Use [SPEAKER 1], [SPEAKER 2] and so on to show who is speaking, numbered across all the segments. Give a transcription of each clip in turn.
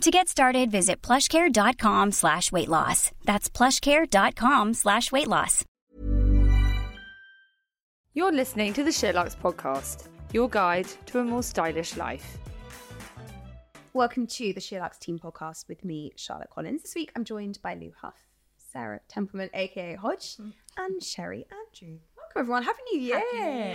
[SPEAKER 1] To get started, visit plushcare.com slash weight loss. That's plushcare.com slash weight loss.
[SPEAKER 2] You're listening to the Sherlock's podcast, your guide to a more stylish life.
[SPEAKER 3] Welcome to the Sherlock's Team podcast with me, Charlotte Collins. This week I'm joined by Lou Huff, Sarah Templeman, aka Hodge, and Sherry Andrew. Welcome everyone. Happy New Year.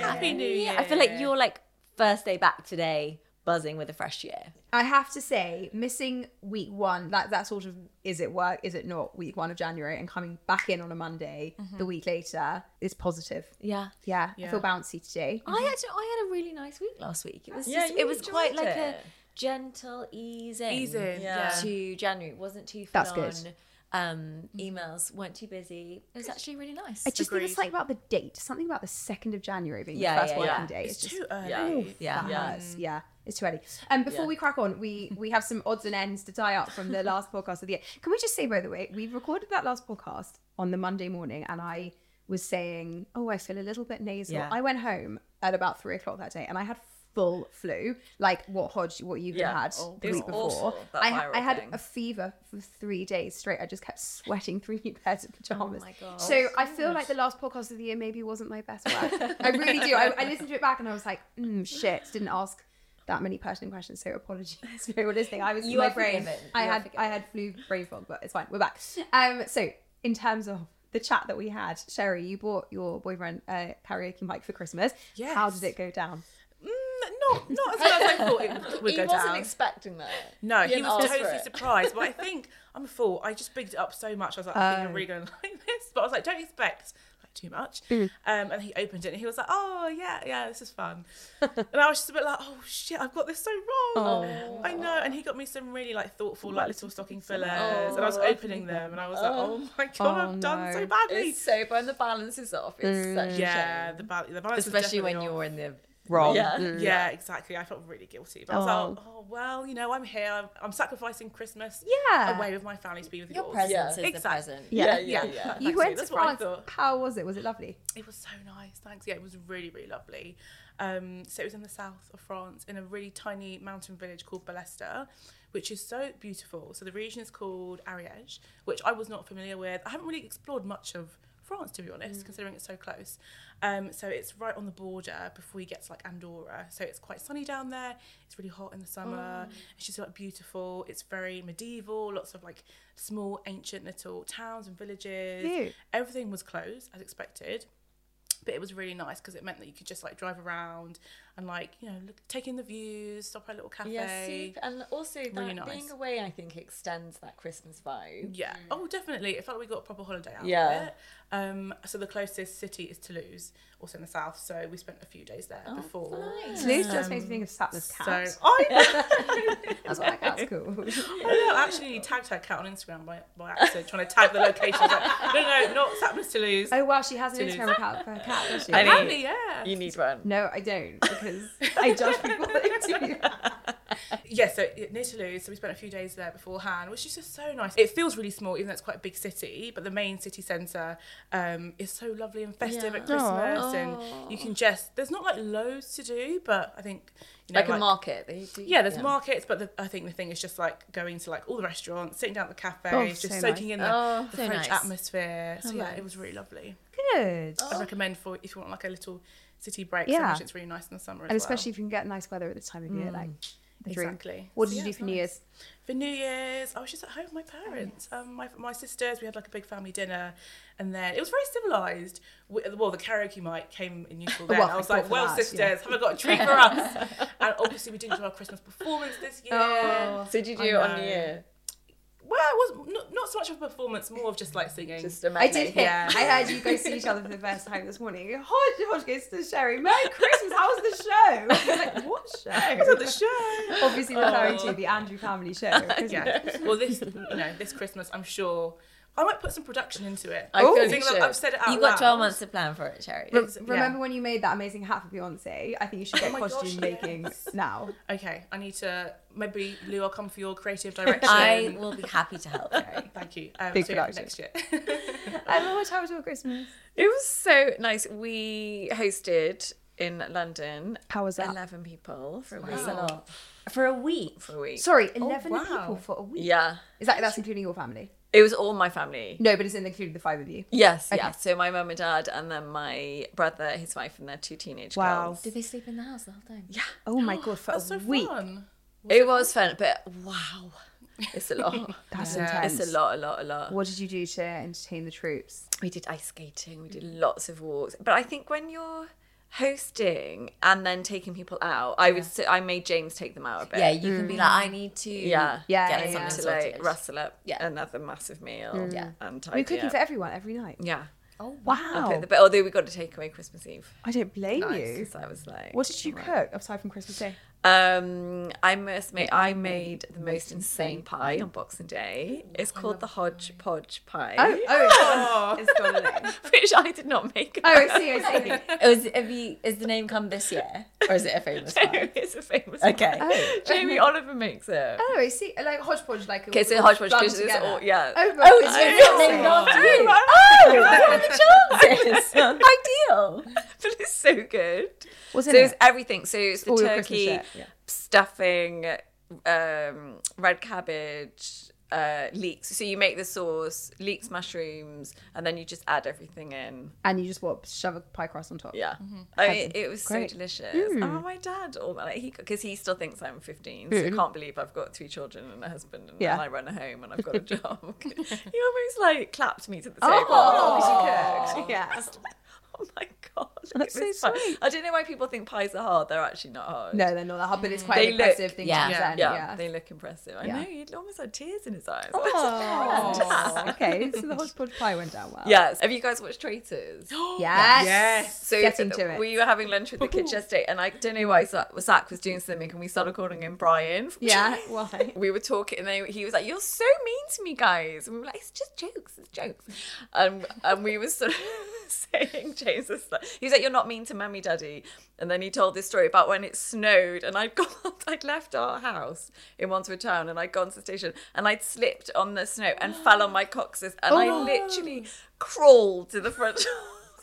[SPEAKER 4] Happy New Year. I feel like you're like first day back today, buzzing with a fresh year.
[SPEAKER 3] I have to say, missing week one, that, that sort of is it work, is it not, week one of January, and coming back in on a Monday the week later is positive.
[SPEAKER 4] Yeah.
[SPEAKER 3] Mm-hmm. Yeah, I feel bouncy today.
[SPEAKER 4] I had I had a really nice week last week. It was
[SPEAKER 5] Yeah,
[SPEAKER 4] just
[SPEAKER 5] you
[SPEAKER 4] it was
[SPEAKER 5] enjoyed
[SPEAKER 4] quite like a
[SPEAKER 5] it.
[SPEAKER 4] gentle easing,
[SPEAKER 5] Easing, yeah.
[SPEAKER 4] to January. It wasn't too full
[SPEAKER 3] That's
[SPEAKER 4] on.
[SPEAKER 3] good.
[SPEAKER 4] Um, emails weren't too busy. It was actually really nice.
[SPEAKER 3] I just think it's like about the date, something about the 2nd of January being
[SPEAKER 4] Yeah,
[SPEAKER 3] the first
[SPEAKER 4] yeah,
[SPEAKER 3] working
[SPEAKER 4] yeah.
[SPEAKER 3] day.
[SPEAKER 5] It's,
[SPEAKER 3] just
[SPEAKER 5] too early.
[SPEAKER 4] yeah.
[SPEAKER 3] That hurts. Yeah, it's too early. Um, before we crack on, we we have some odds and ends to tie up from the last podcast of the year. Can we just say, by the way, we recorded that last podcast on the Monday morning, and I was saying, "Oh, I feel a little bit nasal."
[SPEAKER 4] Yeah.
[SPEAKER 3] I went home at about three o'clock that day, and I had full flu, like what Hodge, what you've
[SPEAKER 5] Yeah.
[SPEAKER 3] had
[SPEAKER 5] Oh,
[SPEAKER 3] the
[SPEAKER 5] it was
[SPEAKER 3] week before.
[SPEAKER 5] awful, that
[SPEAKER 3] I, ha-
[SPEAKER 5] viral
[SPEAKER 3] I had
[SPEAKER 5] thing.
[SPEAKER 3] a fever for three days straight. I just kept sweating through new pairs
[SPEAKER 4] Oh
[SPEAKER 3] of pajamas. So I feel like the last podcast of the year maybe wasn't my best work. I really do. I, I listened to it back and I was like, mm, shit, didn't ask that many pertinent questions. So apologies for everyone listening. I was
[SPEAKER 4] You
[SPEAKER 3] my
[SPEAKER 4] are
[SPEAKER 3] brain.
[SPEAKER 4] forgiven.
[SPEAKER 3] I
[SPEAKER 4] You are
[SPEAKER 3] had I
[SPEAKER 4] forgiven.
[SPEAKER 3] had flu brain fog, but it's fine. We're back. Um, so in terms of the chat that we had, Sherry, you bought your boyfriend a karaoke mic for Christmas.
[SPEAKER 5] Yes.
[SPEAKER 3] How did it go down?
[SPEAKER 5] Mm, not not as well as I thought it would
[SPEAKER 6] he
[SPEAKER 5] go
[SPEAKER 6] wasn't
[SPEAKER 5] down.
[SPEAKER 6] expecting that.
[SPEAKER 5] no, he
[SPEAKER 6] didn't
[SPEAKER 5] was
[SPEAKER 6] ask for
[SPEAKER 5] totally
[SPEAKER 6] it.
[SPEAKER 5] surprised. But I think I'm a fool. I just bigged it up so much. I was like, I think
[SPEAKER 6] Oh.
[SPEAKER 5] I'm really going to like this. But I was like, don't expect like too much.
[SPEAKER 6] Mm.
[SPEAKER 5] Um, and he opened it and he was like, oh yeah, yeah, this is fun. and I was just a bit like, oh shit, I've got this so wrong.
[SPEAKER 6] Oh.
[SPEAKER 5] I know. And he got me some really like thoughtful like little stocking fillers,
[SPEAKER 6] Oh,
[SPEAKER 5] and I was opening them, and I was like, oh my god,
[SPEAKER 3] Oh,
[SPEAKER 5] I've done
[SPEAKER 3] no.
[SPEAKER 5] so badly.
[SPEAKER 6] It's sober and the balance is off. It's
[SPEAKER 3] Mm.
[SPEAKER 6] such a
[SPEAKER 5] yeah,
[SPEAKER 6] shame.
[SPEAKER 5] the, ba- the balance, was
[SPEAKER 6] Especially when
[SPEAKER 5] definitely off.
[SPEAKER 6] you're in the
[SPEAKER 3] Wrong.
[SPEAKER 6] Yeah.
[SPEAKER 5] Yeah, exactly. I felt really guilty. But I was
[SPEAKER 3] Oh.
[SPEAKER 5] like, oh, well, you know, I'm here. I'm, I'm sacrificing Christmas
[SPEAKER 3] Yeah.
[SPEAKER 5] away with my family to be with
[SPEAKER 4] Your
[SPEAKER 5] yours.
[SPEAKER 4] presence
[SPEAKER 6] Yeah.
[SPEAKER 4] is the
[SPEAKER 5] Exactly.
[SPEAKER 4] present.
[SPEAKER 3] Yeah.
[SPEAKER 6] Yeah, yeah, yeah.
[SPEAKER 3] You
[SPEAKER 5] Thanks,
[SPEAKER 3] went
[SPEAKER 5] mate.
[SPEAKER 3] to
[SPEAKER 5] That's what I
[SPEAKER 3] France.
[SPEAKER 5] thought.
[SPEAKER 3] How was it? Was it lovely?
[SPEAKER 5] It was so nice. Thanks. Yeah, it was really, really lovely. Um, so it was in the south of France in a really tiny mountain village called Ballester, which is so beautiful. So the region is called Ariège, which I was not familiar with. I haven't really explored much of France, to be honest, considering it's so close. Um, so it's right on the border before you get to like Andorra. So it's quite sunny down there. It's really hot in the summer. It's just like beautiful. It's very medieval. Lots of like small, ancient little towns and villages.
[SPEAKER 3] Cute.
[SPEAKER 5] Everything was closed as expected but it was really nice because it meant that you could just like drive around and like you know look, take in the views stop at a little cafe
[SPEAKER 6] Yeah, super. And also that
[SPEAKER 5] Really nice.
[SPEAKER 6] being away, I think, extends that Christmas vibe.
[SPEAKER 5] yeah oh definitely it felt like we got a proper holiday out of
[SPEAKER 6] Yeah.
[SPEAKER 5] it um so the closest city is toulouse also in the south so we spent a few days there
[SPEAKER 6] Oh,
[SPEAKER 5] before
[SPEAKER 3] Toulouse just makes me think of Satler's cat.
[SPEAKER 5] Um, so i know,
[SPEAKER 3] That's why that cat's cool.
[SPEAKER 5] I know, I actually tagged her cat on instagram by, by accident trying to tag the location I was like, no no not Sapnus toulouse
[SPEAKER 3] oh wow, she has an
[SPEAKER 5] Toulouse.
[SPEAKER 3] Instagram account for her cat, does she?
[SPEAKER 6] I
[SPEAKER 5] Happy, yeah
[SPEAKER 6] You need one.
[SPEAKER 3] No, I don't because I judge people that do.
[SPEAKER 5] yeah, so it- near Toulouse, so we spent a few days there beforehand, which is just so nice. It feels really small, even though it's quite a big city, but the main city centre um, is so lovely and festive at Christmas, and you can just there's not like loads to do, but I think you know
[SPEAKER 6] Like, a market. They do-
[SPEAKER 5] yeah, there's markets, but the, I think the thing is just like going to like all the restaurants, sitting down at the cafes,
[SPEAKER 3] so
[SPEAKER 5] just soaking in the,
[SPEAKER 6] Oh,
[SPEAKER 5] the
[SPEAKER 6] so
[SPEAKER 5] French
[SPEAKER 6] nice. Oh,
[SPEAKER 5] atmosphere. So yeah, it was really lovely.
[SPEAKER 3] Good.
[SPEAKER 5] I recommend for if you want like a little city break.
[SPEAKER 3] Yeah.
[SPEAKER 5] so much, it's really nice in the summer, as
[SPEAKER 3] and
[SPEAKER 5] well. Mm.
[SPEAKER 3] especially if you can get nice weather at this time of year, like the dream.
[SPEAKER 5] Exactly.
[SPEAKER 3] What
[SPEAKER 5] So
[SPEAKER 3] did
[SPEAKER 5] yeah,
[SPEAKER 3] you do
[SPEAKER 5] it's
[SPEAKER 3] for New
[SPEAKER 5] nice.
[SPEAKER 3] Year's?
[SPEAKER 5] For New Year's, I was just at home with my parents, um, my, my sisters. We had like a big family dinner, and then it was very civilized. We, well, the karaoke mic came in useful then.
[SPEAKER 3] Well,
[SPEAKER 5] I was
[SPEAKER 3] I
[SPEAKER 5] like,
[SPEAKER 3] thought
[SPEAKER 5] "Well,
[SPEAKER 3] that,
[SPEAKER 5] sisters,
[SPEAKER 3] yeah.
[SPEAKER 5] have I got a treat for us?" and obviously, we didn't do our Christmas performance this year.
[SPEAKER 6] So did you
[SPEAKER 5] Oh, I
[SPEAKER 6] do it on
[SPEAKER 5] know.
[SPEAKER 6] New Year?
[SPEAKER 5] Well, it was not, not so much of a performance, more of just like singing.
[SPEAKER 6] Just a
[SPEAKER 3] I
[SPEAKER 6] matinee?
[SPEAKER 3] did hear. I heard you guys see each other for the first time this morning. Hodge, Hodge goes to Sherry. Merry Christmas. How was the show? I was like, what
[SPEAKER 5] It was
[SPEAKER 3] show?
[SPEAKER 5] on the show. Oh.
[SPEAKER 3] Obviously referring to the Andrew family show. Christmas.
[SPEAKER 5] Yeah. well, this you know this Christmas, I'm sure I might put some production into it.
[SPEAKER 6] I feel you
[SPEAKER 5] Think that
[SPEAKER 6] should.
[SPEAKER 5] I've said it out
[SPEAKER 4] You've got
[SPEAKER 5] loud.
[SPEAKER 4] 12 months to plan for it, Cherry.
[SPEAKER 3] Re-
[SPEAKER 5] Exa-
[SPEAKER 3] remember when you made that amazing hat for Beyonce? I think you should get
[SPEAKER 5] Oh my gosh,
[SPEAKER 3] costume making
[SPEAKER 5] yes.
[SPEAKER 3] now.
[SPEAKER 5] Okay, I need to maybe Lou. I'll come for your creative direction.
[SPEAKER 4] I will be happy to help, Cherry.
[SPEAKER 5] Thank you. Um,
[SPEAKER 3] Big
[SPEAKER 5] so yeah,
[SPEAKER 3] production.
[SPEAKER 5] next year.
[SPEAKER 3] I love how was your Christmas.
[SPEAKER 6] It was so nice. We hosted in London.
[SPEAKER 3] How was that?
[SPEAKER 6] 11 people for a week.
[SPEAKER 4] That's a lot. For a week.
[SPEAKER 6] For a week.
[SPEAKER 3] Sorry, eleven
[SPEAKER 5] wow.
[SPEAKER 3] people for a week.
[SPEAKER 6] Yeah.
[SPEAKER 3] Is that that's including your family?
[SPEAKER 6] It was all my family.
[SPEAKER 3] No, but it's including the five of you.
[SPEAKER 6] Yes, yeah. So my mum and dad, and then my brother, his wife, and their two teenage
[SPEAKER 3] Wow.
[SPEAKER 6] girls.
[SPEAKER 4] Did they sleep in the house the whole time? Yeah.
[SPEAKER 3] Oh my god, for
[SPEAKER 5] That's
[SPEAKER 3] a
[SPEAKER 5] so
[SPEAKER 3] week.
[SPEAKER 5] fun.
[SPEAKER 6] It was fun, but wow, it's a lot.
[SPEAKER 3] That's intense.
[SPEAKER 6] Um, It's a lot, a lot, a lot.
[SPEAKER 3] What did you do to entertain the troops?
[SPEAKER 6] We did ice skating. We did lots of walks. But I think when you're hosting and then taking people out, I would. Say, I made James take them out a bit.
[SPEAKER 4] Yeah, you can be like, I need to.
[SPEAKER 6] yeah,
[SPEAKER 3] Yeah,
[SPEAKER 4] Get
[SPEAKER 3] yeah,
[SPEAKER 4] something
[SPEAKER 3] yeah.
[SPEAKER 6] To
[SPEAKER 4] sorted.
[SPEAKER 6] like rustle up
[SPEAKER 4] Yeah.
[SPEAKER 6] another massive meal.
[SPEAKER 4] Yeah.
[SPEAKER 6] and
[SPEAKER 3] We're
[SPEAKER 6] tidy
[SPEAKER 3] cooking
[SPEAKER 6] up.
[SPEAKER 3] for everyone every night.
[SPEAKER 6] yeah.
[SPEAKER 3] Wow.
[SPEAKER 6] But although we got to take away Christmas Eve,
[SPEAKER 3] I don't blame Oh. you.
[SPEAKER 6] 'cause I was like,
[SPEAKER 3] What did you cook aside from Christmas Day?
[SPEAKER 6] Um, I must make. I made the most insane pie on Boxing Day. It's called the hodgepodge pie,
[SPEAKER 3] oh, it's gone. It's gone.
[SPEAKER 6] which I did not make.
[SPEAKER 3] Oh, I see, I see.
[SPEAKER 4] It was, have you, Oh, is the name come this year? Or is it a famous one?
[SPEAKER 6] it's a famous.
[SPEAKER 4] Okay.
[SPEAKER 6] pie. Jamie Oliver makes it.
[SPEAKER 3] Oh, I see. Like hodgepodge, like
[SPEAKER 6] Okay, so
[SPEAKER 3] all
[SPEAKER 6] hodgepodge
[SPEAKER 3] strung
[SPEAKER 6] dishes.
[SPEAKER 3] together.
[SPEAKER 6] Or, yeah.
[SPEAKER 3] Oh, right.
[SPEAKER 4] it's really named after you. Chances. Ideal.
[SPEAKER 6] but it's so good.
[SPEAKER 3] What's
[SPEAKER 6] so
[SPEAKER 3] in
[SPEAKER 6] it's
[SPEAKER 3] it?
[SPEAKER 6] everything. So it's the
[SPEAKER 3] All your Christmas
[SPEAKER 6] turkey,
[SPEAKER 3] shit, yeah.
[SPEAKER 6] stuffing, um, red cabbage, uh, leeks. So you make the sauce, leeks, mushrooms, and then you just add everything in.
[SPEAKER 3] and you just what shove a pie crust on top.
[SPEAKER 6] Yeah, I mean,
[SPEAKER 3] Mm-hmm. Heaven.
[SPEAKER 6] it was
[SPEAKER 3] Great. Mm.
[SPEAKER 6] so delicious. Oh, my dad, all that like, he because he still thinks I'm 15, so I can't believe I've got three children and a husband, and,
[SPEAKER 3] Yeah.
[SPEAKER 6] and I run a home and I've got a job. he almost like clapped me to the table. Oh, you cooked.
[SPEAKER 3] Yeah.
[SPEAKER 6] Oh my god,
[SPEAKER 3] That's
[SPEAKER 6] it was
[SPEAKER 3] so
[SPEAKER 6] fun. I don't know why people think pies are hard. They're actually not hard.
[SPEAKER 3] No, they're not that hard, but it's quite
[SPEAKER 6] They
[SPEAKER 3] an impressive
[SPEAKER 6] look-
[SPEAKER 3] thing
[SPEAKER 4] yeah.
[SPEAKER 3] to
[SPEAKER 5] Yeah.
[SPEAKER 3] present.
[SPEAKER 6] Yeah,
[SPEAKER 3] Yeah.
[SPEAKER 6] they look impressive. I
[SPEAKER 3] Yeah.
[SPEAKER 6] know he almost had tears in his eyes.
[SPEAKER 3] Oh, okay, so the hodgepodge pie went down well.
[SPEAKER 6] Yes. Have you guys watched Traitors?
[SPEAKER 3] Yes.
[SPEAKER 5] Yes.
[SPEAKER 6] So
[SPEAKER 3] Getting
[SPEAKER 6] th-
[SPEAKER 3] to it.
[SPEAKER 6] we were having lunch with the kids yesterday, and I don't know why Zach, Zach was doing something, and we started calling him Brian.
[SPEAKER 3] Yeah. Why?
[SPEAKER 6] We were talking, and they, he was like, "You're so mean to me, guys." And we were like, "It's just jokes, it's jokes." Um, and we were sort of saying, "James, this, that." he was like, "You're not mean to mummy, daddy." And then he told this story about when it snowed, and I'd gone, I'd left our house in Wandsworth Town, and I'd gone to the station, and I'd slipped on the snow and fell on my coccyx, and
[SPEAKER 3] Oh
[SPEAKER 6] I literally crawled to the front.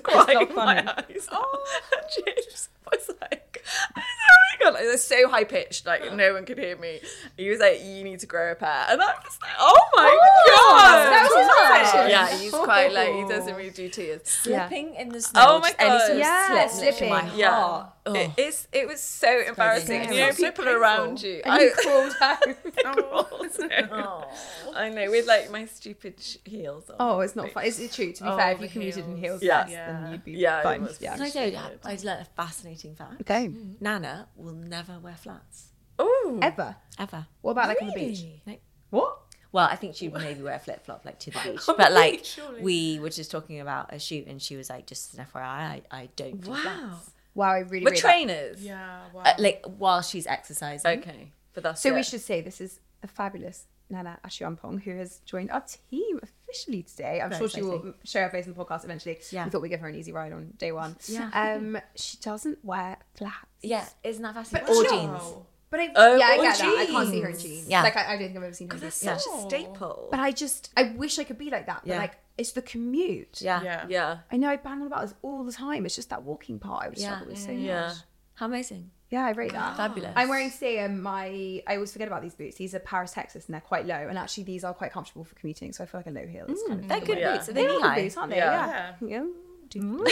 [SPEAKER 6] crying my eyes out.
[SPEAKER 3] Oh.
[SPEAKER 6] And James was like, oh my god, like, they're so high pitched, like no one could hear me. He was like, you need to grow a pair, and I was like, oh my god,
[SPEAKER 3] that was his obsession.
[SPEAKER 6] yeah, he's quite like he doesn't really do tears.
[SPEAKER 4] Slipping in the snow.
[SPEAKER 6] Oh my
[SPEAKER 4] just any
[SPEAKER 6] God.
[SPEAKER 4] sort of
[SPEAKER 3] Yeah,
[SPEAKER 4] slip, literally My
[SPEAKER 3] slipping.
[SPEAKER 6] Yeah,
[SPEAKER 4] heart.
[SPEAKER 6] it, it's it was so embarrassing.
[SPEAKER 3] crazy.
[SPEAKER 6] You know,
[SPEAKER 5] It's so
[SPEAKER 6] people around you.
[SPEAKER 3] And you crawled out.
[SPEAKER 6] crawled. I know with like my stupid sh- heels on.
[SPEAKER 3] Oh, it's not fun. It's, it's true. To be
[SPEAKER 5] Oh,
[SPEAKER 3] fair, if
[SPEAKER 5] the
[SPEAKER 3] you commuted in heels,
[SPEAKER 5] heels.
[SPEAKER 6] Yeah.
[SPEAKER 3] yes, then you'd be
[SPEAKER 6] Yeah, it
[SPEAKER 3] fine.
[SPEAKER 6] was-
[SPEAKER 3] yeah.
[SPEAKER 4] Can I tell you, I- I learned a fascinating fact.
[SPEAKER 3] Okay.
[SPEAKER 5] mm.
[SPEAKER 4] Nana will never wear flats.
[SPEAKER 6] Ooh.
[SPEAKER 3] Ever.
[SPEAKER 4] Ever.
[SPEAKER 3] What about like on the beach?
[SPEAKER 4] Like,
[SPEAKER 3] What?
[SPEAKER 4] Well, I think she'd maybe wear a flip flop like to the beach, but like we were just talking about a shoot, and she was like, "Just an FYI, I, I don't do
[SPEAKER 6] Wow.
[SPEAKER 4] flats."
[SPEAKER 3] Wow, I really.
[SPEAKER 6] We're
[SPEAKER 3] really
[SPEAKER 6] trainers.
[SPEAKER 5] Yeah. Wow.
[SPEAKER 4] Uh, like while she's exercising.
[SPEAKER 6] Okay, but that's
[SPEAKER 3] So we
[SPEAKER 6] it.
[SPEAKER 3] should say this is the fabulous Nana Ashuampong who has joined our team officially today. I'm sure she will show her face in the podcast eventually.
[SPEAKER 4] Yeah.
[SPEAKER 3] We thought we'd give her an easy ride on day one.
[SPEAKER 4] Yeah.
[SPEAKER 3] Um, she doesn't wear flats.
[SPEAKER 4] Yeah, isn't that fascinating?
[SPEAKER 5] But
[SPEAKER 4] Or
[SPEAKER 5] no.
[SPEAKER 4] jeans.
[SPEAKER 3] But I,
[SPEAKER 6] Oh,
[SPEAKER 3] yeah, I
[SPEAKER 6] or
[SPEAKER 3] get that. I can't see her in
[SPEAKER 6] jeans.
[SPEAKER 3] jeans.
[SPEAKER 4] Yeah.
[SPEAKER 3] Like I, I don't think I've ever seen her. in
[SPEAKER 6] That's
[SPEAKER 3] jeans.
[SPEAKER 6] such
[SPEAKER 5] Yeah.
[SPEAKER 6] a staple.
[SPEAKER 3] But I just, I wish I could be like that. But
[SPEAKER 4] Yeah.
[SPEAKER 3] like, it's the commute.
[SPEAKER 4] Yeah.
[SPEAKER 5] Yeah.
[SPEAKER 6] yeah.
[SPEAKER 3] I know I bang on about this all the time. It's just that walking part I would
[SPEAKER 4] Yeah.
[SPEAKER 3] struggle with so
[SPEAKER 6] Yeah.
[SPEAKER 3] much.
[SPEAKER 4] How amazing.
[SPEAKER 3] Yeah, I rate that.
[SPEAKER 4] Fabulous.
[SPEAKER 3] I'm wearing today um, my. I always forget about these boots. These are Paris Texas, and they're quite low. And actually, these are quite comfortable for commuting. So I feel like a low heel is kind of.
[SPEAKER 4] They're good
[SPEAKER 6] Yeah.
[SPEAKER 4] boots. Are they knee
[SPEAKER 3] good
[SPEAKER 4] high?
[SPEAKER 3] boots, aren't they? Yeah.
[SPEAKER 5] Yeah.
[SPEAKER 3] yeah. you don't want to
[SPEAKER 4] Mm.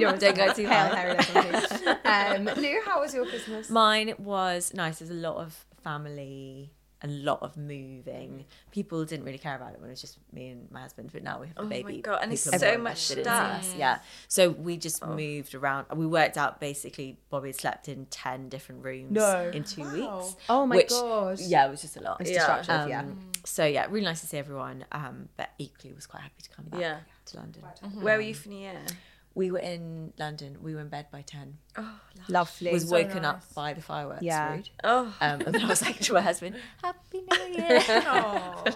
[SPEAKER 4] Don't go too
[SPEAKER 3] pale,
[SPEAKER 4] high.
[SPEAKER 3] hairy little thing. Um, Lou, how was your Christmas?
[SPEAKER 4] Mine was nice. There's a lot of family, a lot of moving. People didn't really care about it when it was just me and my husband, but now we have a
[SPEAKER 6] Oh my
[SPEAKER 4] baby.
[SPEAKER 6] God, and it's
[SPEAKER 4] people are
[SPEAKER 6] so
[SPEAKER 4] more
[SPEAKER 6] much Oh.
[SPEAKER 4] invested in us. Yeah. So we just moved around. We worked out basically Bobby had slept in 10 different rooms
[SPEAKER 3] No.
[SPEAKER 4] in two
[SPEAKER 5] Wow.
[SPEAKER 4] weeks.
[SPEAKER 3] Oh my
[SPEAKER 4] which-
[SPEAKER 3] gosh.
[SPEAKER 4] Yeah, it was just a lot.
[SPEAKER 3] It's
[SPEAKER 6] Yeah.
[SPEAKER 3] destructive. yeah.
[SPEAKER 4] Um, So yeah, really nice to see everyone, um, but equally was quite happy to come back
[SPEAKER 6] Yeah.
[SPEAKER 4] to London.
[SPEAKER 6] Mm-hmm. Where were you for New Year?
[SPEAKER 4] We were in London. We were in bed by ten.
[SPEAKER 2] Lovely.
[SPEAKER 4] was woken up by the fireworks.
[SPEAKER 2] Yeah.
[SPEAKER 4] Rude.
[SPEAKER 6] Oh,
[SPEAKER 4] Um, and then I was like to my husband, "Happy New Year."
[SPEAKER 6] Uh,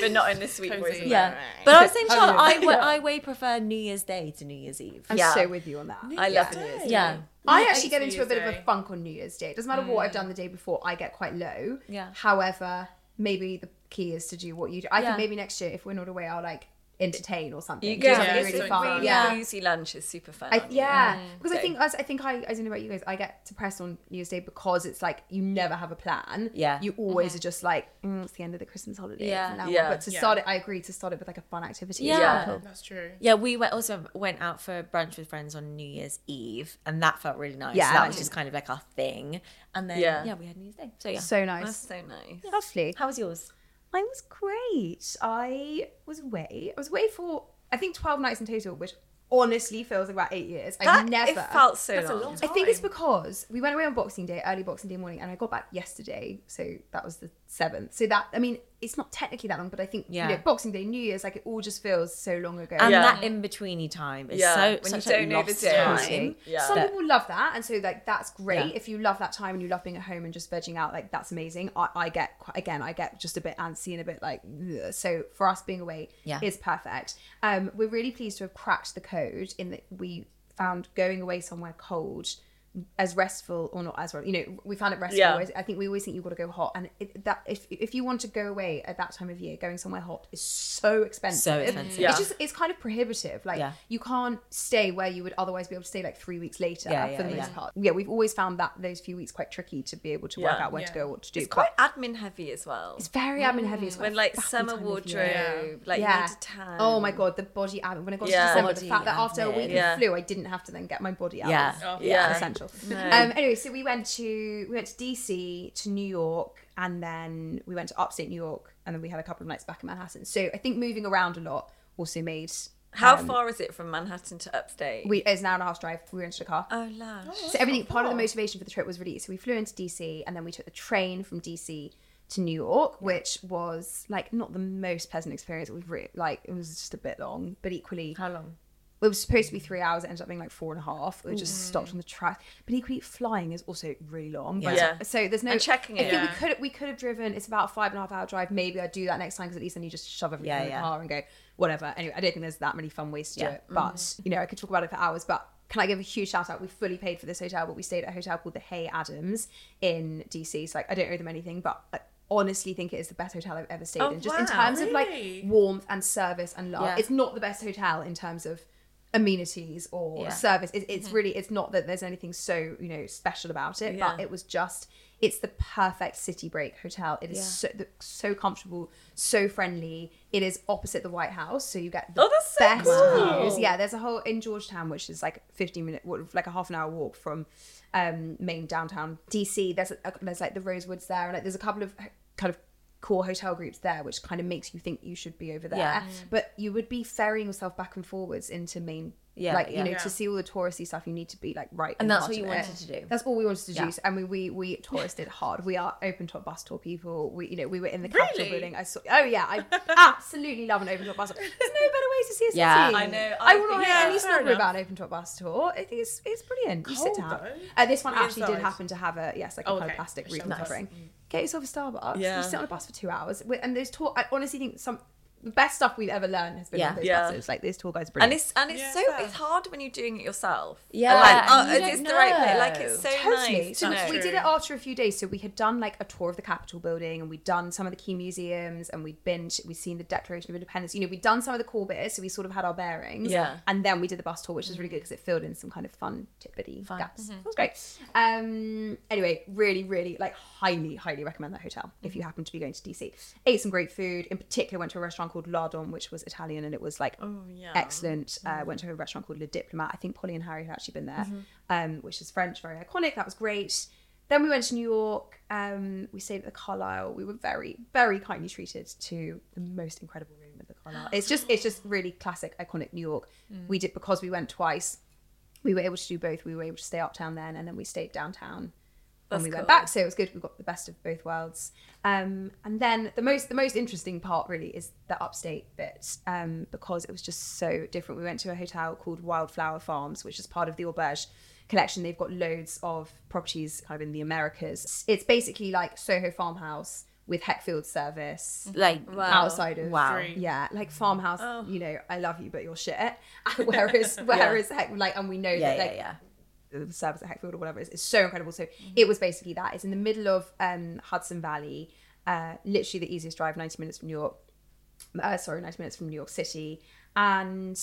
[SPEAKER 6] but not in the sweet
[SPEAKER 5] Cozy.
[SPEAKER 6] voice.
[SPEAKER 4] Yeah, but I was saying, Charlotte, I, wa- I way prefer New Year's Day to New Year's Eve.
[SPEAKER 3] I'm
[SPEAKER 6] Yeah.
[SPEAKER 3] so with you on that.
[SPEAKER 6] I love New Year's.
[SPEAKER 4] Yeah.
[SPEAKER 3] I
[SPEAKER 5] Yeah,
[SPEAKER 3] actually
[SPEAKER 5] it's
[SPEAKER 3] get
[SPEAKER 5] New
[SPEAKER 3] into a
[SPEAKER 5] Year's
[SPEAKER 3] bit of
[SPEAKER 5] Day.
[SPEAKER 3] a funk on New Year's Day. It doesn't matter what I've done the day before, I get quite low.
[SPEAKER 4] Yeah.
[SPEAKER 3] However, maybe the key is to do what you do. I
[SPEAKER 4] Yeah.
[SPEAKER 3] think maybe next year, if we're not away, I'll like entertain or something.
[SPEAKER 6] You
[SPEAKER 3] Do
[SPEAKER 6] go
[SPEAKER 3] something
[SPEAKER 5] Yeah,
[SPEAKER 6] yeah,
[SPEAKER 5] so
[SPEAKER 3] really
[SPEAKER 5] it's
[SPEAKER 3] fun.
[SPEAKER 5] really
[SPEAKER 3] yeah.
[SPEAKER 6] boozy lunch is super fun.
[SPEAKER 3] I, yeah, because I
[SPEAKER 6] Okay.
[SPEAKER 3] think as I think I, I don't know about you guys, I get depressed on New Year's Day because it's like you never have a plan.
[SPEAKER 4] Yeah.
[SPEAKER 3] you always are just like mm, it's the end of the Christmas holiday.
[SPEAKER 4] Yeah.
[SPEAKER 6] Yeah.
[SPEAKER 3] But to
[SPEAKER 5] Yeah.
[SPEAKER 3] start it, I agree to start it with like a fun activity.
[SPEAKER 4] Yeah.
[SPEAKER 6] Yeah.
[SPEAKER 5] That's true.
[SPEAKER 4] Yeah, we went, also went out for brunch with friends on New Year's Eve, and that felt really nice.
[SPEAKER 3] Yeah.
[SPEAKER 4] that was just kind of like our thing. And then yeah,
[SPEAKER 6] Yeah.
[SPEAKER 4] we had New Year's Day. So yeah,
[SPEAKER 3] So nice.
[SPEAKER 6] That's so nice.
[SPEAKER 3] Lovely.
[SPEAKER 4] how was yours?
[SPEAKER 3] I was great. I was away. I was away for I think twelve nights in total, which honestly feels about eight years. I
[SPEAKER 6] That-
[SPEAKER 3] never
[SPEAKER 6] It felt so
[SPEAKER 5] That's a
[SPEAKER 6] long.
[SPEAKER 5] long
[SPEAKER 3] I
[SPEAKER 5] time.
[SPEAKER 3] think it's because we went away on Boxing Day, early Boxing Day morning, and I got back yesterday. So that was the seventh. So that I mean, it's not technically that long, but I think
[SPEAKER 4] Yeah.
[SPEAKER 3] you know, Boxing Day, New Year's, like it all just feels so long ago.
[SPEAKER 4] And
[SPEAKER 6] Yeah.
[SPEAKER 4] that in betweeny time is
[SPEAKER 6] Yeah,
[SPEAKER 4] so
[SPEAKER 6] when you
[SPEAKER 4] such a
[SPEAKER 6] don't know the
[SPEAKER 4] lost
[SPEAKER 6] day.
[SPEAKER 4] time.
[SPEAKER 6] Yeah.
[SPEAKER 3] Some
[SPEAKER 4] That-
[SPEAKER 3] people love that, and so like that's great.
[SPEAKER 4] Yeah.
[SPEAKER 3] If you love that time and you're loving at home and just vegging out, like that's amazing. I, I get quite, again, I get just a bit antsy and a bit like "Ugh." so. For us being away,
[SPEAKER 4] Yeah.
[SPEAKER 3] is perfect. Um, we're really pleased to have cracked the code in that we found going away somewhere cold as restful or not as well. You know, we found it restful.
[SPEAKER 6] Yeah.
[SPEAKER 3] Whereas I think we always think you've got to go hot, and it, that if if you want to go away at that time of year, going somewhere hot is so expensive.
[SPEAKER 4] expensive.
[SPEAKER 6] Yeah.
[SPEAKER 3] It's just it's kind of prohibitive. Like
[SPEAKER 4] Yeah.
[SPEAKER 3] you can't stay where you would otherwise be able to stay like three weeks later
[SPEAKER 4] Yeah, yeah,
[SPEAKER 3] for the most
[SPEAKER 4] yeah.
[SPEAKER 3] part. Yeah, we've always found that those few weeks quite tricky to be able to work
[SPEAKER 6] Yeah.
[SPEAKER 3] out where to
[SPEAKER 5] Yeah.
[SPEAKER 3] go, what to do.
[SPEAKER 6] It's
[SPEAKER 3] But
[SPEAKER 6] quite admin heavy as well.
[SPEAKER 3] it's very admin heavy. It's
[SPEAKER 6] when
[SPEAKER 3] quite
[SPEAKER 6] like
[SPEAKER 3] fucking
[SPEAKER 6] summer
[SPEAKER 3] time of
[SPEAKER 6] wardrobe,
[SPEAKER 3] year.
[SPEAKER 6] like you
[SPEAKER 3] Yeah.
[SPEAKER 6] need to tan.
[SPEAKER 3] Oh my god, the body admin. When I got
[SPEAKER 6] Yeah.
[SPEAKER 3] to December, the
[SPEAKER 4] Body
[SPEAKER 3] fact that after a
[SPEAKER 4] admin.
[SPEAKER 3] week
[SPEAKER 6] Yeah.
[SPEAKER 3] of flu, I didn't have to then get my body out.
[SPEAKER 4] Yeah.
[SPEAKER 3] was
[SPEAKER 5] Oh,
[SPEAKER 6] yeah.
[SPEAKER 3] essential.
[SPEAKER 6] No.
[SPEAKER 3] Um, anyway, so we went to we went to DC to New York, and then we went to upstate New York, and then we had a couple of nights back in Manhattan. So I think moving around a lot also made
[SPEAKER 6] How far is it from Manhattan to upstate?
[SPEAKER 3] we it was an hour and a half drive. We rented a car.
[SPEAKER 6] oh, lush.
[SPEAKER 3] so everything part of the motivation for the trip was really so we flew into DC and then we took the train from DC to New York, which was like not the most pleasant experience. We've re- like it was just a bit long, but equally
[SPEAKER 4] How long?
[SPEAKER 3] it was supposed to be three hours. It ended up being like four and a half. We just
[SPEAKER 6] Mm.
[SPEAKER 3] stopped on the track. But equally, flying is also really long. But-
[SPEAKER 6] Yeah.
[SPEAKER 3] So there's no
[SPEAKER 6] And checking
[SPEAKER 3] I
[SPEAKER 6] it,
[SPEAKER 3] think
[SPEAKER 5] yeah.
[SPEAKER 3] we could we could have driven. It's about a five and a half hour drive. Maybe I do that next time because at least then you just shove everything
[SPEAKER 4] Yeah,
[SPEAKER 3] in the
[SPEAKER 4] yeah.
[SPEAKER 3] car and go whatever. Anyway, I don't think there's that many fun ways to
[SPEAKER 4] Yeah.
[SPEAKER 3] do it. But you know, I could talk about it for hours. But can I give a huge shout out? We fully paid for this hotel, but we stayed at a hotel called the Hay Adams in DC. So like, I don't owe them anything, but. I honestly think it is the best hotel i've ever stayed
[SPEAKER 6] Oh,
[SPEAKER 3] in just in
[SPEAKER 6] wow.
[SPEAKER 3] terms of
[SPEAKER 5] Really?
[SPEAKER 3] like warmth and service and love
[SPEAKER 4] Yeah.
[SPEAKER 3] it's not the best hotel in terms of amenities or
[SPEAKER 4] Yeah.
[SPEAKER 3] service it,
[SPEAKER 6] Mm-hmm.
[SPEAKER 3] it's really it's not that there's anything so you know special about it but
[SPEAKER 6] Yeah.
[SPEAKER 3] it was just it's the perfect city break hotel it is so the, so comfortable so friendly it is opposite the white house so you get the
[SPEAKER 6] Oh, that's so
[SPEAKER 3] best
[SPEAKER 6] cool.
[SPEAKER 3] views yeah there's a whole in georgetown which is like 15 minute what, like a half an hour walk from um main downtown dc there's a, there's like the rosewoods there and like there's a couple of kind of core hotel groups there which kind of makes you think you should be over there
[SPEAKER 5] Mm.
[SPEAKER 4] Yeah.
[SPEAKER 3] but you would be ferrying yourself back and forwards into main
[SPEAKER 4] Yeah,
[SPEAKER 3] like
[SPEAKER 4] yeah.
[SPEAKER 3] you know
[SPEAKER 5] Yeah.
[SPEAKER 3] to see all the touristy stuff you need to be like right
[SPEAKER 4] And
[SPEAKER 3] in
[SPEAKER 4] that's
[SPEAKER 3] part
[SPEAKER 4] what
[SPEAKER 3] of
[SPEAKER 4] you
[SPEAKER 3] it.
[SPEAKER 4] wanted to do.
[SPEAKER 3] that's all we wanted to do
[SPEAKER 4] Yeah.
[SPEAKER 3] and we we we touristed hard we are open top bus tour people we you know we were in the capitol
[SPEAKER 5] Really?
[SPEAKER 3] building i saw oh yeah i absolutely love an open top bus tour there's no better ways to see a city
[SPEAKER 4] Yeah.
[SPEAKER 6] I know.
[SPEAKER 3] I,
[SPEAKER 6] I
[SPEAKER 3] will not
[SPEAKER 6] think-
[SPEAKER 3] hear
[SPEAKER 5] yeah,
[SPEAKER 3] any
[SPEAKER 5] fair
[SPEAKER 3] snobbery
[SPEAKER 5] enough.
[SPEAKER 3] about an open top bus tour. It, it's it's brilliant. you sit
[SPEAKER 5] Cold,
[SPEAKER 3] down.
[SPEAKER 5] though.
[SPEAKER 3] Uh, this one
[SPEAKER 5] Really
[SPEAKER 3] actually did
[SPEAKER 5] inside.
[SPEAKER 3] happen to have a yes, like a
[SPEAKER 5] Oh,
[SPEAKER 3] kind of
[SPEAKER 5] okay.
[SPEAKER 3] plastic
[SPEAKER 5] A
[SPEAKER 3] roof
[SPEAKER 5] shelter.
[SPEAKER 3] covering. Get yourself a Starbucks.
[SPEAKER 6] Yeah.
[SPEAKER 3] You sit on a bus for two hours, Wi- and those tour. I honestly think some the best stuff we've ever learned has been
[SPEAKER 4] Yeah.
[SPEAKER 3] on those
[SPEAKER 6] Yeah.
[SPEAKER 3] buses. Like those tour guys, are
[SPEAKER 6] And
[SPEAKER 3] brilliant.
[SPEAKER 6] it's and it's
[SPEAKER 5] Yeah,
[SPEAKER 6] so
[SPEAKER 5] fair.
[SPEAKER 6] it's hard when you're doing it yourself.
[SPEAKER 4] Yeah,
[SPEAKER 6] like
[SPEAKER 4] and
[SPEAKER 6] oh,
[SPEAKER 4] you
[SPEAKER 6] is this
[SPEAKER 4] don't
[SPEAKER 6] the right way? Like
[SPEAKER 4] know.
[SPEAKER 6] it's so
[SPEAKER 3] Totally.
[SPEAKER 6] nice.
[SPEAKER 3] so
[SPEAKER 6] to know.
[SPEAKER 3] we did it after a few days. So we had done like a tour of the Capitol building, and we'd done some of the key museums, and we'd been we'd seen the Declaration of Independence. You know, we'd done some of the core bits, so we sort of had our bearings.
[SPEAKER 6] Yeah. Mm-hmm.
[SPEAKER 3] And then we did the bus tour, which was really good because it filled in some kind of fun tidbitty gaps. It was great. Um. Anyway, really, really like highly, highly recommend that hotel if
[SPEAKER 6] Mm-hmm.
[SPEAKER 3] you happen to be going to DC. Ate some great food. In particular, went to a restaurant called Lardon, which was Italian, and it was like
[SPEAKER 6] yeah.
[SPEAKER 3] excellent. Uh, went to a restaurant called Le Diplomat. I think Polly and Harry had actually been there, um, which is French, very iconic. That was great. Then we went to New York. Um, we stayed at the Carlisle. We were very, very kindly treated to the most incredible room at the Carlisle. It's just, it's just really classic, iconic New York. We did because we went twice. We were able to do both. We were able to stay uptown then, and then we stayed downtown when we went back. So it was good. We got the best of both worlds. Um, and then the most the most interesting part really is the upstate bit um, because it was just so different. We went to a hotel called Wildflower Farms, which is part of the Auberge collection. They've got loads of properties kind of in the Americas. It's basically like Soho Farmhouse with Heckfield service
[SPEAKER 4] Like
[SPEAKER 3] outside of
[SPEAKER 4] wow.
[SPEAKER 5] Three.
[SPEAKER 3] yeah, like farmhouse. You know, I love you, but you're shit. Whereas, whereas, heck, like, and we know
[SPEAKER 4] Yeah,
[SPEAKER 3] that, like,
[SPEAKER 4] yeah, yeah.
[SPEAKER 3] the service at Heckfield or whatever is, is so incredible. So it was basically that. It's in the middle of um, Hudson Valley, uh, literally the easiest drive, 90 minutes from New York. Uh, sorry, 90 minutes from New York City. And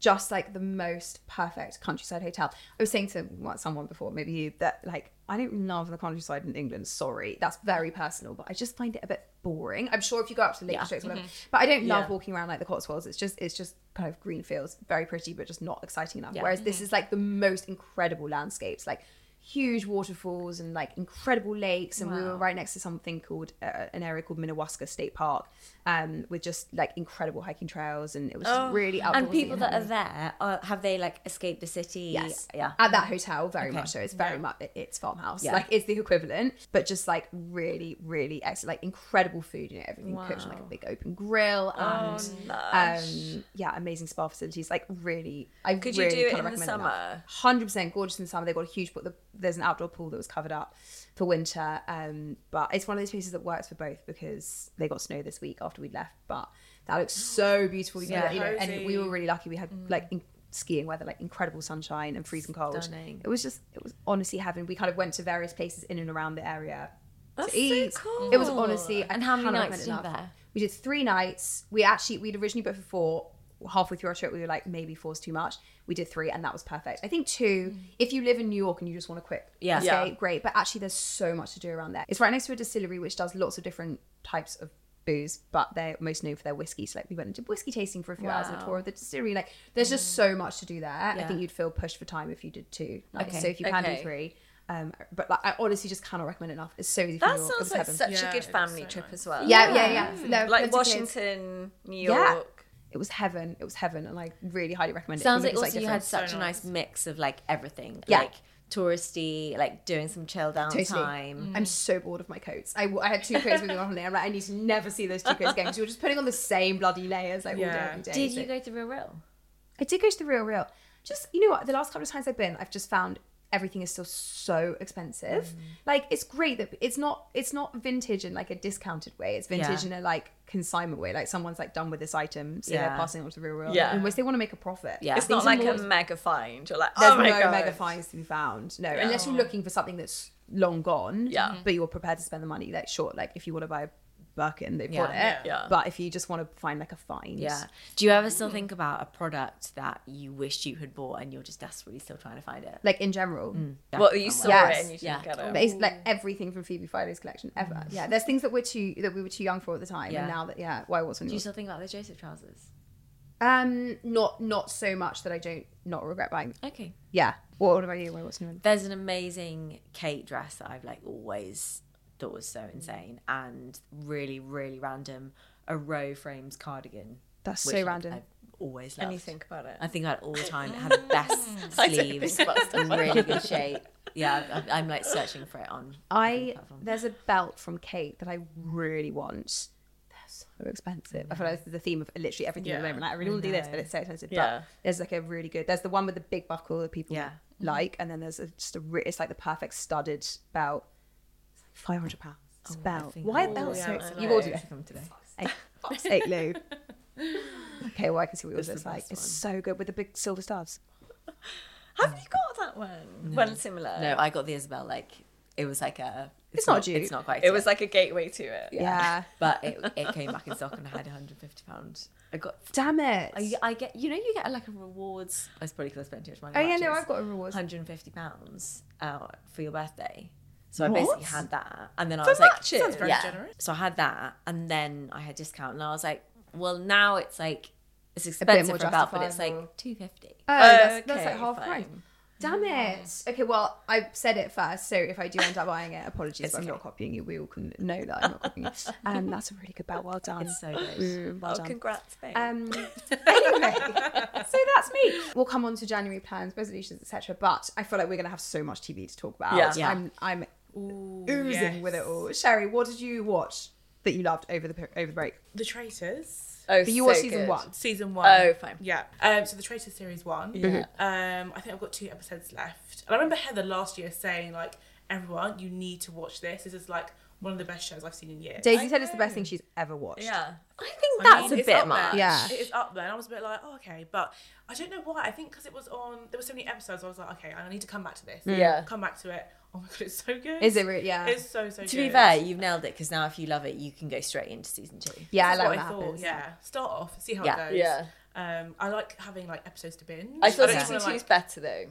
[SPEAKER 3] just like the most perfect countryside hotel. I was saying to what, someone before, maybe you, that like, I don't love the countryside in England. Sorry, that's very personal, but I just find it a bit boring. I'm sure if you go up to the Lake District, or whatever, but I don't love walking around like the Cotswolds. It's just, it's just kind of green fields, very pretty, but just not exciting enough. Whereas this is like the most incredible landscapes, like huge waterfalls and like incredible lakes. And we were right next to something called uh, an area called Minnewaska State Park, um, with just like incredible hiking trails, and it was just really outdoorsy.
[SPEAKER 4] Oh, And people that
[SPEAKER 3] lovely.
[SPEAKER 4] are there, are, have they like escaped the city?
[SPEAKER 3] Yes.
[SPEAKER 4] Yeah.
[SPEAKER 3] At that hotel, very much so. It's very much it- it's farmhouse. Like it's the equivalent, but just like really, really excellent, like incredible food. You know, everything cooked on like a big open grill
[SPEAKER 4] Oh,
[SPEAKER 3] and um, yeah, amazing spa facilities. Like really, I
[SPEAKER 6] Could you
[SPEAKER 3] really
[SPEAKER 6] do it
[SPEAKER 3] kinda
[SPEAKER 6] in the
[SPEAKER 3] recommend
[SPEAKER 6] summer?
[SPEAKER 3] Hundred percent gorgeous in the summer. They've got a huge. pool- There's an outdoor pool that was covered up for winter, um, but it's one of those places that works for both because they got snow this week after we left, but. That looks so beautiful, you know, that, you know, and we
[SPEAKER 5] cozy.
[SPEAKER 3] were really lucky. We had like
[SPEAKER 6] Mm.
[SPEAKER 3] in- skiing weather, like incredible sunshine and freezing cold.
[SPEAKER 4] Stunning.
[SPEAKER 3] It was just, it was honestly heaven. We kind of went to various places in and around the area
[SPEAKER 6] That's so
[SPEAKER 3] to eat.
[SPEAKER 6] cool.
[SPEAKER 3] It was honestly. I
[SPEAKER 4] And how many
[SPEAKER 3] cannot
[SPEAKER 4] nights
[SPEAKER 3] recommend it
[SPEAKER 4] were you
[SPEAKER 3] enough.
[SPEAKER 4] there?
[SPEAKER 3] We did three nights. We actually we'd originally booked for four. Halfway through our trip, we were like, maybe four's too much. We did three, and that was perfect. I think
[SPEAKER 6] Mm.
[SPEAKER 3] two. If you live in New York and you just want a quick
[SPEAKER 4] Yeah.
[SPEAKER 3] escape,
[SPEAKER 4] Yeah.
[SPEAKER 3] great. But actually, there's so much to do around there. It's right next to a distillery which does lots of different types of booze, but they're most known for their whiskey. So like we went into whiskey tasting for a few hours and a tour of the distillery. Like there's
[SPEAKER 6] Mm.
[SPEAKER 3] just so much to do there. I think you'd feel pushed for time if you did two. Like, So if you can
[SPEAKER 6] Okay.
[SPEAKER 3] do three. Um, but like, I honestly just cannot recommend it enough. It's so easy. for
[SPEAKER 6] That
[SPEAKER 3] New York. It was
[SPEAKER 6] sounds like
[SPEAKER 3] heaven.
[SPEAKER 6] such
[SPEAKER 5] Yeah,
[SPEAKER 6] a good
[SPEAKER 5] it looks
[SPEAKER 6] family
[SPEAKER 5] so
[SPEAKER 6] trip
[SPEAKER 5] nice.
[SPEAKER 6] as well.
[SPEAKER 3] Yeah, yeah, yeah. No,
[SPEAKER 6] Like
[SPEAKER 3] plenty of kids.
[SPEAKER 6] Washington, New
[SPEAKER 3] Yeah.
[SPEAKER 6] York.
[SPEAKER 3] It was heaven. It was heaven, and I really highly recommend it.
[SPEAKER 4] Sounds like
[SPEAKER 3] Even if
[SPEAKER 4] also
[SPEAKER 3] it's,
[SPEAKER 4] you had
[SPEAKER 3] different.
[SPEAKER 4] such a nice mix of like everything.
[SPEAKER 3] Yeah.
[SPEAKER 4] Like touristy, like doing some chill down
[SPEAKER 3] Totally.
[SPEAKER 4] time.
[SPEAKER 3] I'm so bored of my coats. I, I had two coats with me on holiday. I'm like, I need to never see those two coats again because you were just putting on the same bloody layers like all day,
[SPEAKER 5] Yeah.
[SPEAKER 3] every day.
[SPEAKER 4] Did
[SPEAKER 3] So-
[SPEAKER 4] you go to Real Real?
[SPEAKER 3] I did go to the Real Real. Just you know what? The last couple of times I've been, I've just found everything is still so expensive. Like it's great that it's not it's not vintage in like a discounted way. It's vintage
[SPEAKER 4] Yeah.
[SPEAKER 3] in a like consignment way. Like someone's like done with this item, so
[SPEAKER 4] Yeah.
[SPEAKER 3] they're passing it on to the Real Real.
[SPEAKER 6] Yeah.
[SPEAKER 3] Almost they want to make a profit.
[SPEAKER 4] Yeah.
[SPEAKER 6] It's
[SPEAKER 4] These
[SPEAKER 6] not
[SPEAKER 4] are
[SPEAKER 6] like
[SPEAKER 4] more-
[SPEAKER 6] a mega find. You're like,
[SPEAKER 3] There's
[SPEAKER 6] oh my
[SPEAKER 3] no
[SPEAKER 6] god,
[SPEAKER 3] mega finds to be found. No, unless you're looking for something that's long gone.
[SPEAKER 6] Yeah.
[SPEAKER 4] Mm-hmm.
[SPEAKER 3] But you're prepared to spend the money. Like sure, like if you want to buy a Birkin, they've got
[SPEAKER 4] Yeah.
[SPEAKER 3] it.
[SPEAKER 6] Yeah.
[SPEAKER 3] But if you just want to find like a find,
[SPEAKER 4] Yeah. Do you ever still think about a product that you wished you had bought and you're just desperately still trying to find it?
[SPEAKER 3] Like in general.
[SPEAKER 4] Mm.
[SPEAKER 6] Well, you saw
[SPEAKER 3] Yes.
[SPEAKER 6] it and you didn't
[SPEAKER 4] Yeah.
[SPEAKER 6] get it.
[SPEAKER 3] Based, like everything from Phoebe Friday's collection ever. Yeah, there's things that we're too that we were too young for at the time,
[SPEAKER 4] Mm. Yeah.
[SPEAKER 3] and now that yeah, why wasn't
[SPEAKER 4] Do you
[SPEAKER 3] yours?
[SPEAKER 4] still think about the Joseph trousers?
[SPEAKER 3] Um, not not so much that I don't not regret buying.
[SPEAKER 4] Okay.
[SPEAKER 3] Yeah. What, what about you? Why wasn't yours?
[SPEAKER 4] There's an amazing Kate dress that I've like always thought was so insane and really, really random. A row frames cardigan.
[SPEAKER 3] That's
[SPEAKER 4] which
[SPEAKER 3] so
[SPEAKER 4] I've-
[SPEAKER 3] random.
[SPEAKER 4] I've always loved.
[SPEAKER 6] And you think about it.
[SPEAKER 4] I think I had all the time. It had the best sleeves and really good shape. Yeah, I'm, I'm like searching for it on.
[SPEAKER 3] I there's a belt from Kate that I really want. They're so expensive. I feel like this is the theme of literally everything at the
[SPEAKER 5] Yeah.
[SPEAKER 3] moment. Like, I really want to do this, but it's so expensive.
[SPEAKER 6] Yeah.
[SPEAKER 3] But there's like a really good. There's the one with the big buckle that people
[SPEAKER 4] Yeah.
[SPEAKER 3] like, and then there's a, just a. re- It's like the perfect studded belt. Five hundred pounds. It's a belt.
[SPEAKER 4] think
[SPEAKER 3] Why
[SPEAKER 4] Oh, I
[SPEAKER 3] are belts so
[SPEAKER 5] know.
[SPEAKER 3] expensive? You've ordered it.
[SPEAKER 4] Come today.
[SPEAKER 3] Eight, eight Lou. Okay, well I can see what yours looks like.
[SPEAKER 4] best
[SPEAKER 3] It's so good with the big silver stars.
[SPEAKER 6] Have you got that one? One similar.
[SPEAKER 4] No, I got the Isabel. Like it was like a.
[SPEAKER 3] It's not due.
[SPEAKER 4] It's not quite.
[SPEAKER 6] It was like a gateway to it.
[SPEAKER 3] Yeah.
[SPEAKER 4] But it, it came back in stock and I had 150 pounds. I got.
[SPEAKER 3] Damn it.
[SPEAKER 4] I, I get. You know, you get like a rewards. I was probably because I spent too much money.
[SPEAKER 3] oh
[SPEAKER 4] on
[SPEAKER 3] yeah, no,
[SPEAKER 4] watches.
[SPEAKER 3] I've got a reward.
[SPEAKER 4] 150 pounds uh, for your birthday. So I
[SPEAKER 3] What?
[SPEAKER 4] basically had that, and then I was like,
[SPEAKER 6] matches? Sounds
[SPEAKER 5] very generous.
[SPEAKER 4] So I had that, and then I had discount, and I was like, well, now it's like it's
[SPEAKER 3] more
[SPEAKER 4] expensive for a belt, but it's
[SPEAKER 3] justifiable.
[SPEAKER 4] like 250.
[SPEAKER 3] Oh, that's, that's
[SPEAKER 6] Okay,
[SPEAKER 3] like half
[SPEAKER 6] fine.
[SPEAKER 3] price. Damn it. Okay, well, I said it first, so if I do end up buying it, apologies, but I'm not copying you. We all can know that I'm not copying you. Um, that's a really good belt. Well done.
[SPEAKER 4] It's so good.
[SPEAKER 3] Mm, well
[SPEAKER 6] Oh,
[SPEAKER 3] done.
[SPEAKER 6] congrats, babe.
[SPEAKER 4] Uh,
[SPEAKER 3] Um, anyway, so that's me. We'll come on to January plans, resolutions, etc. But I feel like we're going to have so much TV to talk about.
[SPEAKER 6] Yeah.
[SPEAKER 4] Yeah.
[SPEAKER 3] I'm, I'm oozing
[SPEAKER 5] yes.
[SPEAKER 3] with it all. Sherry, what did you watch that you loved over the per- over the break?
[SPEAKER 5] The Traitors,
[SPEAKER 6] Oh,
[SPEAKER 3] But you
[SPEAKER 6] so
[SPEAKER 3] watched season
[SPEAKER 6] good.
[SPEAKER 3] one.
[SPEAKER 5] season one.
[SPEAKER 6] Oh, fine.
[SPEAKER 5] Yeah. Um, so the Traitors series one. Yeah. Um, I think I've got two episodes left, and I remember Heather last year saying like, "Everyone, you need to watch this. This is like one of the best shows I've seen in years."
[SPEAKER 3] Daisy said it's the best thing she's ever watched.
[SPEAKER 6] Yeah.
[SPEAKER 4] I think
[SPEAKER 5] I mean,
[SPEAKER 6] That's a
[SPEAKER 5] it's
[SPEAKER 6] bit
[SPEAKER 5] up there.
[SPEAKER 6] much.
[SPEAKER 3] Yeah.
[SPEAKER 5] It is up there. And I was a bit like, oh, okay. But I don't know why. I think because it was on, there were so many episodes, I was like, okay, I need to come back to this.
[SPEAKER 6] Yeah.
[SPEAKER 5] Come back to it. Oh my God, it's so good.
[SPEAKER 3] Mm. Is it really? Yeah.
[SPEAKER 5] It's so, so good.
[SPEAKER 4] to be fair, you've nailed it because now if you love it, you can go straight into season two.
[SPEAKER 3] yeah, I
[SPEAKER 5] That's
[SPEAKER 3] like
[SPEAKER 5] what
[SPEAKER 3] what
[SPEAKER 5] I thought.
[SPEAKER 3] happens.
[SPEAKER 5] Yeah. Start off, see how
[SPEAKER 4] Yeah.
[SPEAKER 5] it goes.
[SPEAKER 6] Yeah.
[SPEAKER 5] Um, I like having like episodes to binge.
[SPEAKER 6] I thought
[SPEAKER 5] don't
[SPEAKER 6] season
[SPEAKER 5] wanna,
[SPEAKER 6] two's
[SPEAKER 5] like-
[SPEAKER 6] better though.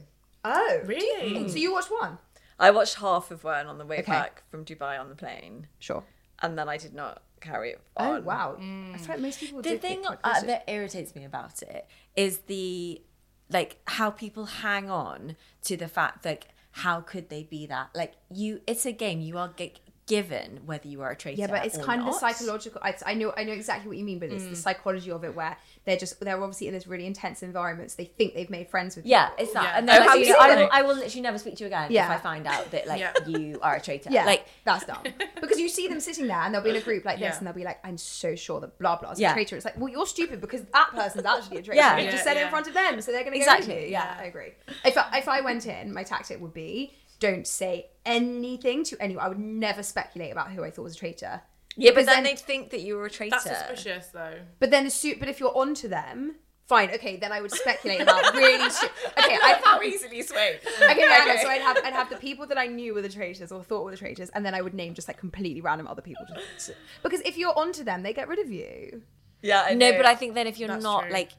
[SPEAKER 3] Oh.
[SPEAKER 5] Really?
[SPEAKER 3] So you watched one?
[SPEAKER 6] I watched half of one on the way
[SPEAKER 3] Okay.
[SPEAKER 6] back from Dubai on the plane,
[SPEAKER 3] Sure.
[SPEAKER 6] and then I did not carry it on.
[SPEAKER 3] Oh wow. I feel like most people
[SPEAKER 4] the
[SPEAKER 3] did
[SPEAKER 4] thing
[SPEAKER 3] get quite
[SPEAKER 4] uh,
[SPEAKER 3] close to-
[SPEAKER 4] that irritates me about it is the like how people hang on to the fact like how could they be that like you it's a game you are g- given whether you are a traitor
[SPEAKER 3] yeah, but it's
[SPEAKER 4] or
[SPEAKER 3] kind of the
[SPEAKER 4] not.
[SPEAKER 3] psychological. I, I know, I know exactly what you mean, but it's the psychology of it where they're just they're obviously in this really intense environment, so they think they've made friends with.
[SPEAKER 4] yeah it's that
[SPEAKER 5] Yeah.
[SPEAKER 4] and then
[SPEAKER 6] Oh, have
[SPEAKER 4] like,
[SPEAKER 6] you
[SPEAKER 4] you know,
[SPEAKER 6] seen
[SPEAKER 4] I, will,
[SPEAKER 6] it?
[SPEAKER 4] I will literally never speak to you again
[SPEAKER 3] Yeah.
[SPEAKER 4] if i find out that like
[SPEAKER 5] Yeah.
[SPEAKER 4] you are a traitor
[SPEAKER 3] Yeah,
[SPEAKER 4] like
[SPEAKER 3] like that's dumb because you see them sitting there and they'll be in a group like this
[SPEAKER 5] Yeah.
[SPEAKER 3] and they'll be like, "I'm so sure that blah blah's
[SPEAKER 4] Yeah.
[SPEAKER 3] a traitor." It's like, well, you're stupid because that person's actually a traitor.
[SPEAKER 4] Yeah.
[SPEAKER 3] you
[SPEAKER 5] Yeah,
[SPEAKER 3] just said it
[SPEAKER 5] yeah.
[SPEAKER 3] in front of them, so they're going to
[SPEAKER 4] Exactly,
[SPEAKER 3] Go with you. Yeah, I agree. If I, if I went in, my tactic would be don't say anything to anyone. I would never speculate about who I thought was a traitor.
[SPEAKER 6] Yeah, but
[SPEAKER 3] Because
[SPEAKER 6] then,
[SPEAKER 3] then-
[SPEAKER 6] they'd think that you were a traitor.
[SPEAKER 5] That's suspicious though.
[SPEAKER 3] But then, assume, but if you're onto them, fine. Okay, then I would speculate about really. Stu- okay, I
[SPEAKER 6] How easily swayed.
[SPEAKER 3] Okay, yeah, no, so I'd have I'd have the people that I knew were the traitors or thought were the traitors, and then I would name just like completely random other people. Just, because if you're onto them, they get rid of you.
[SPEAKER 6] Yeah, I
[SPEAKER 4] no
[SPEAKER 6] know.
[SPEAKER 4] but i think then if you're
[SPEAKER 5] That's
[SPEAKER 4] not
[SPEAKER 5] true.
[SPEAKER 4] like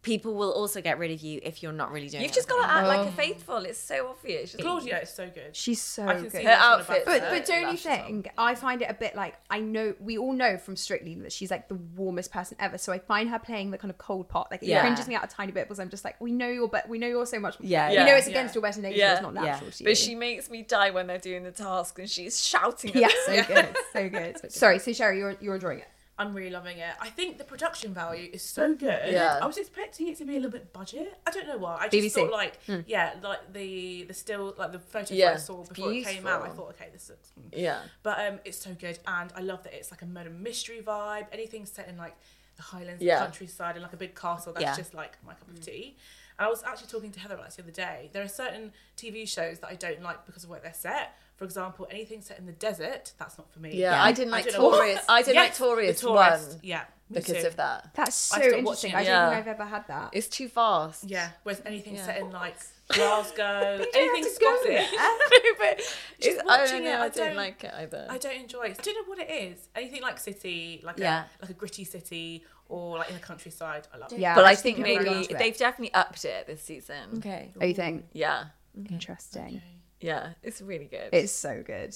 [SPEAKER 4] people will also get rid of you if you're not really doing
[SPEAKER 6] You've just
[SPEAKER 4] anything.
[SPEAKER 6] got to act like a faithful. It's so obvious. Just-
[SPEAKER 5] Claudia is so good.
[SPEAKER 3] She's so
[SPEAKER 5] I can
[SPEAKER 3] good.
[SPEAKER 5] see
[SPEAKER 6] Her
[SPEAKER 5] this one
[SPEAKER 6] outfit.
[SPEAKER 5] about
[SPEAKER 3] But
[SPEAKER 5] her.
[SPEAKER 3] but don't you
[SPEAKER 6] Lashes on.
[SPEAKER 3] think I find it a bit like I know we all know from Strictly that she's like the warmest person ever. So I find her playing the kind of cold part like it
[SPEAKER 4] Yeah.
[SPEAKER 3] cringes me out a tiny bit because I'm just like we know you're but we know you're so much.
[SPEAKER 4] Yeah,
[SPEAKER 3] we
[SPEAKER 4] yeah,
[SPEAKER 3] know it's
[SPEAKER 5] yeah.
[SPEAKER 3] against your better nature.
[SPEAKER 6] Yeah,
[SPEAKER 3] It's not
[SPEAKER 4] yeah.
[SPEAKER 3] natural to you.
[SPEAKER 6] But she makes me die when they're doing the task and she's shouting at
[SPEAKER 3] yeah,
[SPEAKER 6] them.
[SPEAKER 3] so good, so good. Sorry, so Sherry, you're you're enjoying it.
[SPEAKER 5] I'm really loving it. I think the production value is so good.
[SPEAKER 6] Yeah.
[SPEAKER 5] I was expecting it to be a little bit budget. I don't know why. I just
[SPEAKER 3] BBC.
[SPEAKER 5] thought like yeah, like the the still like the photos that
[SPEAKER 6] Hmm. Yeah,
[SPEAKER 5] I saw
[SPEAKER 6] it's
[SPEAKER 5] before it came out. I
[SPEAKER 6] beautiful.
[SPEAKER 5] thought okay, this looks. mm.
[SPEAKER 6] Yeah.
[SPEAKER 5] But um, it's so good, and I love that it's like a murder mystery vibe. Anything set in like the Highlands,
[SPEAKER 6] Yeah.
[SPEAKER 5] the countryside, and like a big castle. That's
[SPEAKER 4] Yeah.
[SPEAKER 5] just like my cup
[SPEAKER 6] Mm.
[SPEAKER 5] of tea. And I was actually talking to Heather about this the other day. There are certain TV shows that I don't like because of where they're set. For example, anything set in the desert, that's not for me.
[SPEAKER 6] Yeah, I didn't like
[SPEAKER 5] don't know
[SPEAKER 6] Taurus. I didn't like
[SPEAKER 5] Yes,
[SPEAKER 6] Taurus,
[SPEAKER 5] the tourist.
[SPEAKER 6] one
[SPEAKER 5] Yeah, me
[SPEAKER 6] because
[SPEAKER 5] too.
[SPEAKER 6] of that.
[SPEAKER 3] That's so
[SPEAKER 5] I've stopped
[SPEAKER 3] interesting.
[SPEAKER 5] watching it.
[SPEAKER 3] I don't
[SPEAKER 6] Yeah.
[SPEAKER 3] think I've ever had that.
[SPEAKER 6] It's too fast.
[SPEAKER 5] Yeah, whereas anything
[SPEAKER 6] Yeah.
[SPEAKER 5] set in like Glasgow,
[SPEAKER 3] don't
[SPEAKER 5] anything
[SPEAKER 3] have to go
[SPEAKER 5] Scottish,
[SPEAKER 6] no, but it's, I
[SPEAKER 5] watching
[SPEAKER 6] don't know.
[SPEAKER 5] it, I
[SPEAKER 6] I don't
[SPEAKER 5] don't-
[SPEAKER 6] like it either.
[SPEAKER 5] I don't enjoy. it. I don't know what it is. Anything like city, like
[SPEAKER 4] Yeah.
[SPEAKER 5] a like a gritty city, or like in the countryside. I love.
[SPEAKER 3] Yeah,
[SPEAKER 6] but I
[SPEAKER 3] just
[SPEAKER 6] think
[SPEAKER 3] people are
[SPEAKER 6] maybe
[SPEAKER 3] into it.
[SPEAKER 6] they've definitely upped it this season.
[SPEAKER 4] okay
[SPEAKER 3] Oh, you think?
[SPEAKER 6] Yeah.
[SPEAKER 3] Interesting.
[SPEAKER 6] Yeah. It's really good.
[SPEAKER 3] It's so good.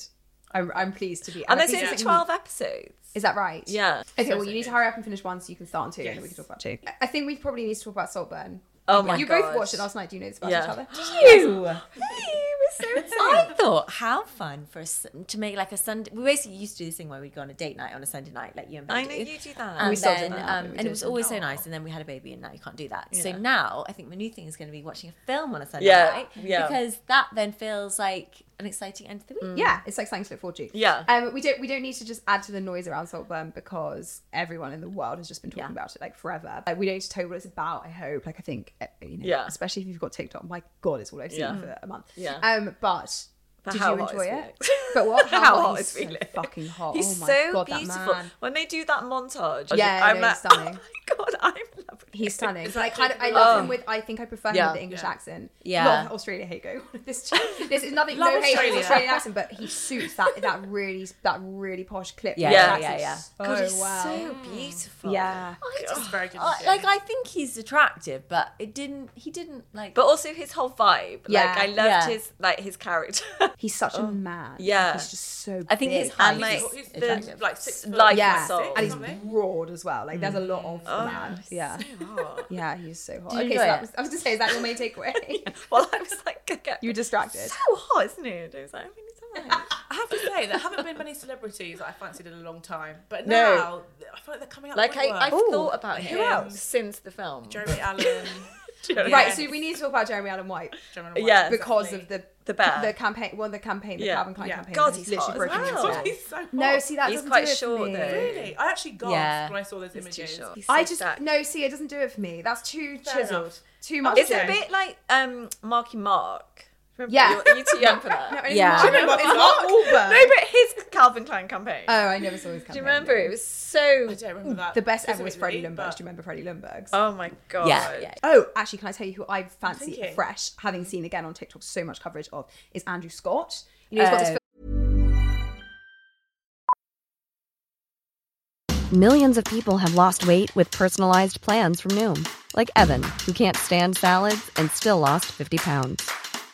[SPEAKER 3] I'm, I'm pleased to be. I'm
[SPEAKER 6] and there's
[SPEAKER 3] pleased
[SPEAKER 6] only
[SPEAKER 3] that you-
[SPEAKER 6] 12 episodes.
[SPEAKER 3] Is that right?
[SPEAKER 6] Yeah.
[SPEAKER 3] Okay, well, you need to hurry up and finish one so you can start on two, and then we
[SPEAKER 5] Yes.
[SPEAKER 3] can talk about two. I- I think we probably need to talk about Saltburn.
[SPEAKER 6] Oh my
[SPEAKER 3] you
[SPEAKER 6] god.
[SPEAKER 3] both watched it last night. Do you know this about
[SPEAKER 6] Yeah.
[SPEAKER 3] each other?
[SPEAKER 4] you
[SPEAKER 6] Hey, we're so excited.
[SPEAKER 4] I thought how fun for us to make like a Sunday. We basically used to do this thing where we'd go on a date night on a Sunday night, like you and
[SPEAKER 6] I
[SPEAKER 4] Ben
[SPEAKER 6] know
[SPEAKER 4] do.
[SPEAKER 6] you do that.
[SPEAKER 4] And
[SPEAKER 3] We still do
[SPEAKER 4] then,
[SPEAKER 3] that now, but
[SPEAKER 4] um,
[SPEAKER 3] we
[SPEAKER 4] and it
[SPEAKER 3] did
[SPEAKER 4] was
[SPEAKER 3] then.
[SPEAKER 4] always so nice. And then we had a baby, and now you can't do that. So
[SPEAKER 6] Yeah.
[SPEAKER 4] now I think the new thing is going to be watching a film on a Sunday
[SPEAKER 6] Yeah,
[SPEAKER 4] night
[SPEAKER 6] yeah. Mm.
[SPEAKER 4] because that then feels like an exciting end to the week.
[SPEAKER 3] Yeah, it's like something to look forward to.
[SPEAKER 6] Yeah.
[SPEAKER 3] Um, we don't we don't need to just add to the noise around Saltburn because everyone in the world has just been talking
[SPEAKER 4] Yeah.
[SPEAKER 3] about it like forever. Like we don't need to tell you what it's about. I hope. Like I think uh, you know,
[SPEAKER 6] Yeah.
[SPEAKER 3] especially if you've got TikTok. My God, it's all I've seen
[SPEAKER 6] Yeah.
[SPEAKER 3] for a month.
[SPEAKER 6] Yeah.
[SPEAKER 3] Um, but.
[SPEAKER 6] But
[SPEAKER 3] Did
[SPEAKER 6] how
[SPEAKER 3] you
[SPEAKER 6] hot is
[SPEAKER 3] enjoy it?
[SPEAKER 6] Felix?
[SPEAKER 3] But what? How,
[SPEAKER 6] How
[SPEAKER 3] hot,
[SPEAKER 6] hot
[SPEAKER 3] He's
[SPEAKER 6] is
[SPEAKER 3] so
[SPEAKER 6] Felix?
[SPEAKER 3] fucking hot.
[SPEAKER 6] He's
[SPEAKER 3] oh my
[SPEAKER 6] so
[SPEAKER 3] God,
[SPEAKER 6] beautiful.
[SPEAKER 3] That man.
[SPEAKER 6] When they do that montage,
[SPEAKER 3] Yeah,
[SPEAKER 6] I'm
[SPEAKER 3] no,
[SPEAKER 6] like,
[SPEAKER 3] he's
[SPEAKER 6] oh
[SPEAKER 3] stunning.
[SPEAKER 6] my god, I'm loving
[SPEAKER 3] He's
[SPEAKER 6] it.
[SPEAKER 3] stunning.
[SPEAKER 5] It's
[SPEAKER 3] But I
[SPEAKER 5] like
[SPEAKER 3] kind of, I
[SPEAKER 5] Jacob
[SPEAKER 3] love
[SPEAKER 6] Elordi.
[SPEAKER 3] him with. I think I prefer him
[SPEAKER 6] Yeah.
[SPEAKER 3] with the English
[SPEAKER 5] Yeah.
[SPEAKER 3] accent.
[SPEAKER 4] Oh. Yeah.
[SPEAKER 3] Love Australia hate go. This this is nothing.
[SPEAKER 5] Love
[SPEAKER 3] no hate on
[SPEAKER 5] Australia.
[SPEAKER 3] Australian accent, but he suits that that really that really posh clip.
[SPEAKER 4] Yeah,
[SPEAKER 6] Yeah.
[SPEAKER 3] That's
[SPEAKER 4] yeah, yeah.
[SPEAKER 3] So
[SPEAKER 6] God, he's
[SPEAKER 3] well.
[SPEAKER 6] so beautiful.
[SPEAKER 3] Oh, yeah.
[SPEAKER 5] It's just very good.
[SPEAKER 3] Oh,
[SPEAKER 4] I,
[SPEAKER 5] to see.
[SPEAKER 4] like I think he's attractive, but it didn't. He didn't like.
[SPEAKER 6] But also his whole vibe.
[SPEAKER 3] Yeah,
[SPEAKER 6] like I loved
[SPEAKER 4] yeah.
[SPEAKER 6] his like his character.
[SPEAKER 3] He's such a man.
[SPEAKER 6] yeah.
[SPEAKER 3] He's just so.
[SPEAKER 4] Oh. I think
[SPEAKER 3] big.
[SPEAKER 4] his height
[SPEAKER 6] like,
[SPEAKER 4] is
[SPEAKER 5] He's the,
[SPEAKER 4] attractive.
[SPEAKER 5] like six foot,
[SPEAKER 6] Life
[SPEAKER 3] Yeah.
[SPEAKER 5] six
[SPEAKER 6] soul.
[SPEAKER 5] or
[SPEAKER 3] And he's
[SPEAKER 5] something.
[SPEAKER 3] broad as well. Like there's a lot of the man. Yeah.
[SPEAKER 6] well,
[SPEAKER 3] Yeah. He's so Oh, hot.
[SPEAKER 4] Did Oh.
[SPEAKER 3] Okay. So
[SPEAKER 4] you enjoy
[SPEAKER 3] that
[SPEAKER 4] it?
[SPEAKER 3] was, I was just saying, is that your main takeaway?
[SPEAKER 6] I was like, okay.
[SPEAKER 3] You were distracted.
[SPEAKER 6] so hot, isn't it? I was like, I mean, it's alright.
[SPEAKER 5] I have to say there haven't been many celebrities that I fancied in a long time, but
[SPEAKER 6] No.
[SPEAKER 5] now I feel like they're coming up.
[SPEAKER 6] Like I, I've
[SPEAKER 3] Ooh,
[SPEAKER 6] thought about
[SPEAKER 5] who
[SPEAKER 6] him
[SPEAKER 5] else?
[SPEAKER 6] since the film.
[SPEAKER 5] Jeremy Allen.
[SPEAKER 6] Jeremy-
[SPEAKER 5] Yeah.
[SPEAKER 3] Right. So we need to talk about Jeremy Allen White
[SPEAKER 5] Jeremy Allen.
[SPEAKER 6] Yeah.
[SPEAKER 3] because
[SPEAKER 5] Exactly.
[SPEAKER 3] of the
[SPEAKER 6] The bear.
[SPEAKER 3] the campaign, one of the campaign, the
[SPEAKER 6] Yeah.
[SPEAKER 3] Calvin Klein
[SPEAKER 5] Yeah.
[SPEAKER 3] campaign.
[SPEAKER 6] God,
[SPEAKER 3] is
[SPEAKER 6] he's
[SPEAKER 3] literally
[SPEAKER 6] hot as
[SPEAKER 3] broken
[SPEAKER 6] well.
[SPEAKER 3] into it.
[SPEAKER 5] He's so hot.
[SPEAKER 3] No, see that
[SPEAKER 6] He's
[SPEAKER 3] doesn't
[SPEAKER 6] quite
[SPEAKER 3] do it
[SPEAKER 6] short,
[SPEAKER 3] for me.
[SPEAKER 6] though.
[SPEAKER 5] Really? I actually gasped
[SPEAKER 4] Yeah.
[SPEAKER 5] when I saw those images.
[SPEAKER 6] Too short.
[SPEAKER 3] I just no, see, it doesn't do it for me. That's too
[SPEAKER 5] Fair
[SPEAKER 3] chiseled,
[SPEAKER 5] enough.
[SPEAKER 3] too much.
[SPEAKER 6] It's
[SPEAKER 5] Okay.
[SPEAKER 6] a bit like um, Marky Mark. Remember,
[SPEAKER 3] Yeah.
[SPEAKER 6] You're, you're too young for that.
[SPEAKER 3] No, it's
[SPEAKER 4] Yeah.
[SPEAKER 3] not-
[SPEAKER 4] Do you
[SPEAKER 5] remember
[SPEAKER 3] it's
[SPEAKER 5] that?
[SPEAKER 3] not Auburn.
[SPEAKER 6] No, but his Calvin Klein campaign.
[SPEAKER 3] Oh, I never saw his campaign.
[SPEAKER 6] Do you remember? It was so.
[SPEAKER 5] I don't remember that.
[SPEAKER 3] Mm, The best ever was Freddie
[SPEAKER 5] specifically,
[SPEAKER 3] Lundberg.
[SPEAKER 5] but-
[SPEAKER 3] Do you remember Freddie Lundberg's?
[SPEAKER 6] Oh my god.
[SPEAKER 4] Yeah.
[SPEAKER 3] Yeah. Oh, actually, can I tell you who I fancy
[SPEAKER 5] Thank you.
[SPEAKER 3] fresh, having seen again on TikTok so much coverage of, is Andrew Scott. You know, he's got this
[SPEAKER 7] Millions of people have lost weight with personalized plans from Noom, like Evan, who can't stand salads and still lost 50 pounds.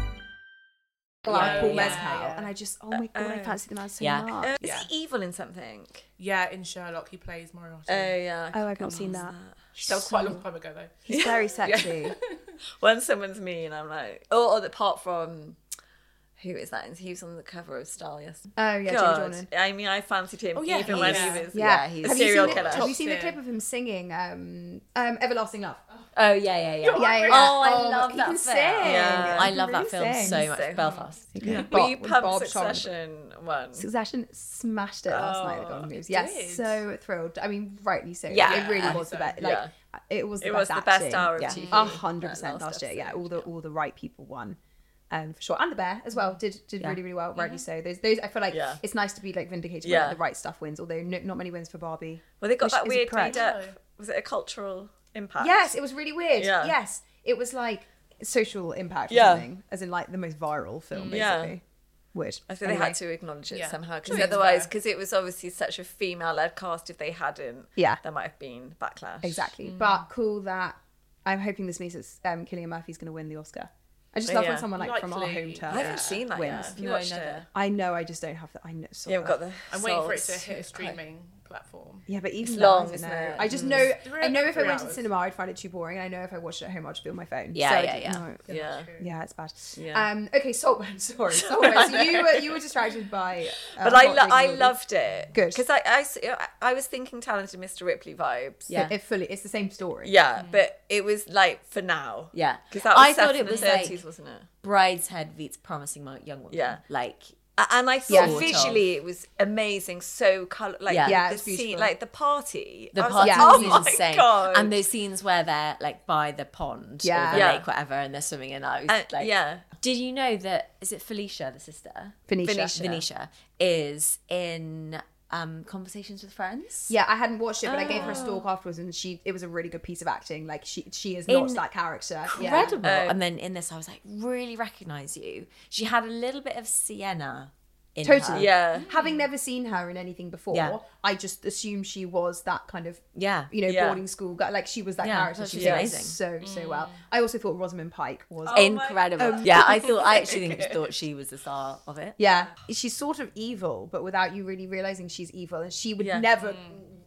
[SPEAKER 3] film like Paul
[SPEAKER 4] yeah,
[SPEAKER 3] Mescal, and I just, oh my god, I fancy the man so
[SPEAKER 4] yeah.
[SPEAKER 3] much.
[SPEAKER 6] Is he evil in something?
[SPEAKER 5] Yeah, in Sherlock, he plays Moriarty.
[SPEAKER 6] Oh yeah.
[SPEAKER 3] oh, I've not seen that.
[SPEAKER 5] that was quite a long time ago, though.
[SPEAKER 3] He's very sexy.
[SPEAKER 6] When someone's mean, I'm like, oh, or the part from. Who is that? He was on the cover of Style yesterday.
[SPEAKER 3] Oh yeah, Jimmy Dornan.
[SPEAKER 6] God. I mean, I fancied him
[SPEAKER 5] Oh, yeah,
[SPEAKER 6] even
[SPEAKER 5] he
[SPEAKER 6] when
[SPEAKER 5] is.
[SPEAKER 6] he was.
[SPEAKER 3] Yeah,
[SPEAKER 6] Yeah, he's a
[SPEAKER 3] Have you
[SPEAKER 6] serial
[SPEAKER 3] seen the-
[SPEAKER 6] killer.
[SPEAKER 3] Have you seen the
[SPEAKER 5] Top
[SPEAKER 3] clip of him singing um, um, "Everlasting Love"?
[SPEAKER 4] Oh yeah, yeah, yeah.
[SPEAKER 3] Yeah, yeah, yeah.
[SPEAKER 6] Oh, I love
[SPEAKER 3] he
[SPEAKER 6] that
[SPEAKER 3] can Sing.
[SPEAKER 6] film. Yeah,
[SPEAKER 4] I
[SPEAKER 3] He
[SPEAKER 4] love
[SPEAKER 3] really
[SPEAKER 4] that film
[SPEAKER 3] sings.
[SPEAKER 4] so much. Belfast.
[SPEAKER 6] Were you
[SPEAKER 3] Bob-
[SPEAKER 6] pub
[SPEAKER 3] Bob Sean.
[SPEAKER 6] Succession one?
[SPEAKER 3] Succession smashed it last night at the Golden Globes. Yes,
[SPEAKER 5] did.
[SPEAKER 3] so thrilled. I mean, rightly so.
[SPEAKER 6] Oh, Yeah.
[SPEAKER 3] it really was the
[SPEAKER 5] Yeah.
[SPEAKER 3] best. Like it was. The
[SPEAKER 6] It
[SPEAKER 3] best
[SPEAKER 6] was the best
[SPEAKER 3] acting.
[SPEAKER 6] hour of
[SPEAKER 3] yeah.
[SPEAKER 6] TV
[SPEAKER 3] A hundred
[SPEAKER 6] that
[SPEAKER 3] percent
[SPEAKER 6] last
[SPEAKER 3] last year. Yeah,
[SPEAKER 6] episode,
[SPEAKER 3] all the all the right people won. Um, for sure, and the bear as well did did really really well. Rightly so. Those those I feel like
[SPEAKER 6] Yeah.
[SPEAKER 3] it's nice to be like vindicated when like,
[SPEAKER 6] Yeah.
[SPEAKER 3] the right stuff wins. Although no, not many wins for Barbie.
[SPEAKER 6] Well, they got
[SPEAKER 3] Which
[SPEAKER 6] that
[SPEAKER 3] is
[SPEAKER 6] weird
[SPEAKER 3] correct.
[SPEAKER 6] made up. Was it a cultural impact?
[SPEAKER 3] Yes, it was really weird.
[SPEAKER 6] Yeah.
[SPEAKER 3] Yes, it was like social impact or
[SPEAKER 6] Yeah. Mm.
[SPEAKER 3] something, as in like the most viral film basically.
[SPEAKER 6] Yeah.
[SPEAKER 3] Weird.
[SPEAKER 6] I think they had to acknowledge it
[SPEAKER 5] Yeah.
[SPEAKER 6] somehow
[SPEAKER 5] Sure,
[SPEAKER 6] because
[SPEAKER 5] it's
[SPEAKER 6] otherwise,
[SPEAKER 5] fair.
[SPEAKER 6] because it was obviously such a female-led cast. If they hadn't,
[SPEAKER 3] Yeah.
[SPEAKER 6] there might have been backlash.
[SPEAKER 3] Exactly. But cool that I'm hoping this means it's um, Killian Murphy's going to win the Oscar. I just love when
[SPEAKER 6] Yeah.
[SPEAKER 3] someone like from our home
[SPEAKER 5] Likely.
[SPEAKER 3] turf.
[SPEAKER 6] I haven't seen that
[SPEAKER 3] wins.
[SPEAKER 6] yet. Have you
[SPEAKER 4] No,
[SPEAKER 6] watched
[SPEAKER 4] never.
[SPEAKER 6] it?
[SPEAKER 3] I know. I just don't have that. I know.
[SPEAKER 6] You haven't got the.
[SPEAKER 5] I'm waiting for it to
[SPEAKER 6] source.
[SPEAKER 5] hit a streaming platform.
[SPEAKER 3] Yeah, but even
[SPEAKER 6] It's
[SPEAKER 3] that,
[SPEAKER 6] long,
[SPEAKER 3] I don't
[SPEAKER 6] isn't
[SPEAKER 3] know.
[SPEAKER 6] it? Mm.
[SPEAKER 3] I just know.
[SPEAKER 5] Three-
[SPEAKER 3] I know if I
[SPEAKER 5] three
[SPEAKER 3] went to the
[SPEAKER 5] hours.
[SPEAKER 3] cinema, I'd find it too boring. I know if I watched it at home, I'd just be on my phone.
[SPEAKER 4] Yeah,
[SPEAKER 3] So I
[SPEAKER 4] yeah,
[SPEAKER 3] didn't
[SPEAKER 4] yeah.
[SPEAKER 3] know.
[SPEAKER 6] Yeah.
[SPEAKER 3] Yeah, it's bad.
[SPEAKER 6] Yeah.
[SPEAKER 3] Um, okay, Saltburn. Sorry, Saltburn. so you were you were distracted by. uh,
[SPEAKER 6] But I,
[SPEAKER 3] Hot
[SPEAKER 6] lo-
[SPEAKER 3] Digging
[SPEAKER 6] I
[SPEAKER 3] Louise.
[SPEAKER 6] loved it.
[SPEAKER 3] Good.
[SPEAKER 6] Because I, I s- I- I was thinking talented Mr. Ripley vibes.
[SPEAKER 4] Yeah.
[SPEAKER 3] It fully. It's the same story.
[SPEAKER 6] Yeah, but it was like for now.
[SPEAKER 4] Yeah.
[SPEAKER 6] Because that was I thought it was the 30s,
[SPEAKER 4] like-
[SPEAKER 6] wasn't it?
[SPEAKER 4] Bride's head beats promising mo- young woman.
[SPEAKER 6] Yeah.
[SPEAKER 4] Like
[SPEAKER 6] A- And I thought
[SPEAKER 4] Sort of.
[SPEAKER 6] visually it was amazing. So color, like
[SPEAKER 4] Yeah.
[SPEAKER 6] the,
[SPEAKER 3] Yeah,
[SPEAKER 6] the
[SPEAKER 3] it's
[SPEAKER 6] scene,
[SPEAKER 3] beautiful.
[SPEAKER 6] like the party.
[SPEAKER 4] the
[SPEAKER 6] I was
[SPEAKER 4] party
[SPEAKER 6] like,
[SPEAKER 3] Yeah.
[SPEAKER 6] oh
[SPEAKER 4] was
[SPEAKER 6] my
[SPEAKER 4] insane.
[SPEAKER 6] god!
[SPEAKER 4] And those scenes where they're like by the pond
[SPEAKER 3] Yeah.
[SPEAKER 4] or the
[SPEAKER 6] Yeah.
[SPEAKER 4] lake, whatever, and they're swimming in. I was
[SPEAKER 6] Uh,
[SPEAKER 4] like,
[SPEAKER 6] yeah.
[SPEAKER 4] Did you know that? Is it Felicia, the sister?
[SPEAKER 3] Phoenicia.
[SPEAKER 6] Phoenicia.
[SPEAKER 4] Venetia is in um, Conversations with Friends.
[SPEAKER 3] Yeah, I hadn't watched it, but I gave her a
[SPEAKER 4] Oh.
[SPEAKER 3] stalk afterwards, and she it was a really good piece of acting. Like she she is not
[SPEAKER 4] In-
[SPEAKER 3] that character. Yeah.
[SPEAKER 4] Incredible. Oh, and then in this, I was like, really recognize you. She had a little bit of Sienna in her.
[SPEAKER 3] Totally.
[SPEAKER 6] yeah.
[SPEAKER 3] Having never seen her in anything before,
[SPEAKER 4] Yeah.
[SPEAKER 3] I just assumed she was that kind of
[SPEAKER 4] Yeah.
[SPEAKER 3] you know
[SPEAKER 6] Yeah.
[SPEAKER 3] boarding school guy. Like she was that
[SPEAKER 4] Yeah,
[SPEAKER 3] character.
[SPEAKER 4] thought
[SPEAKER 3] She
[SPEAKER 4] she
[SPEAKER 3] was
[SPEAKER 4] was
[SPEAKER 3] amazing. so
[SPEAKER 4] Mm.
[SPEAKER 3] so well. I also thought Rosamund Pike was.
[SPEAKER 4] Oh.
[SPEAKER 6] Oh
[SPEAKER 4] Incredible. yeah, I thought I actually think thought she was the star of it.
[SPEAKER 3] Yeah, she's sort of evil, but without you really realizing she's evil, and she would never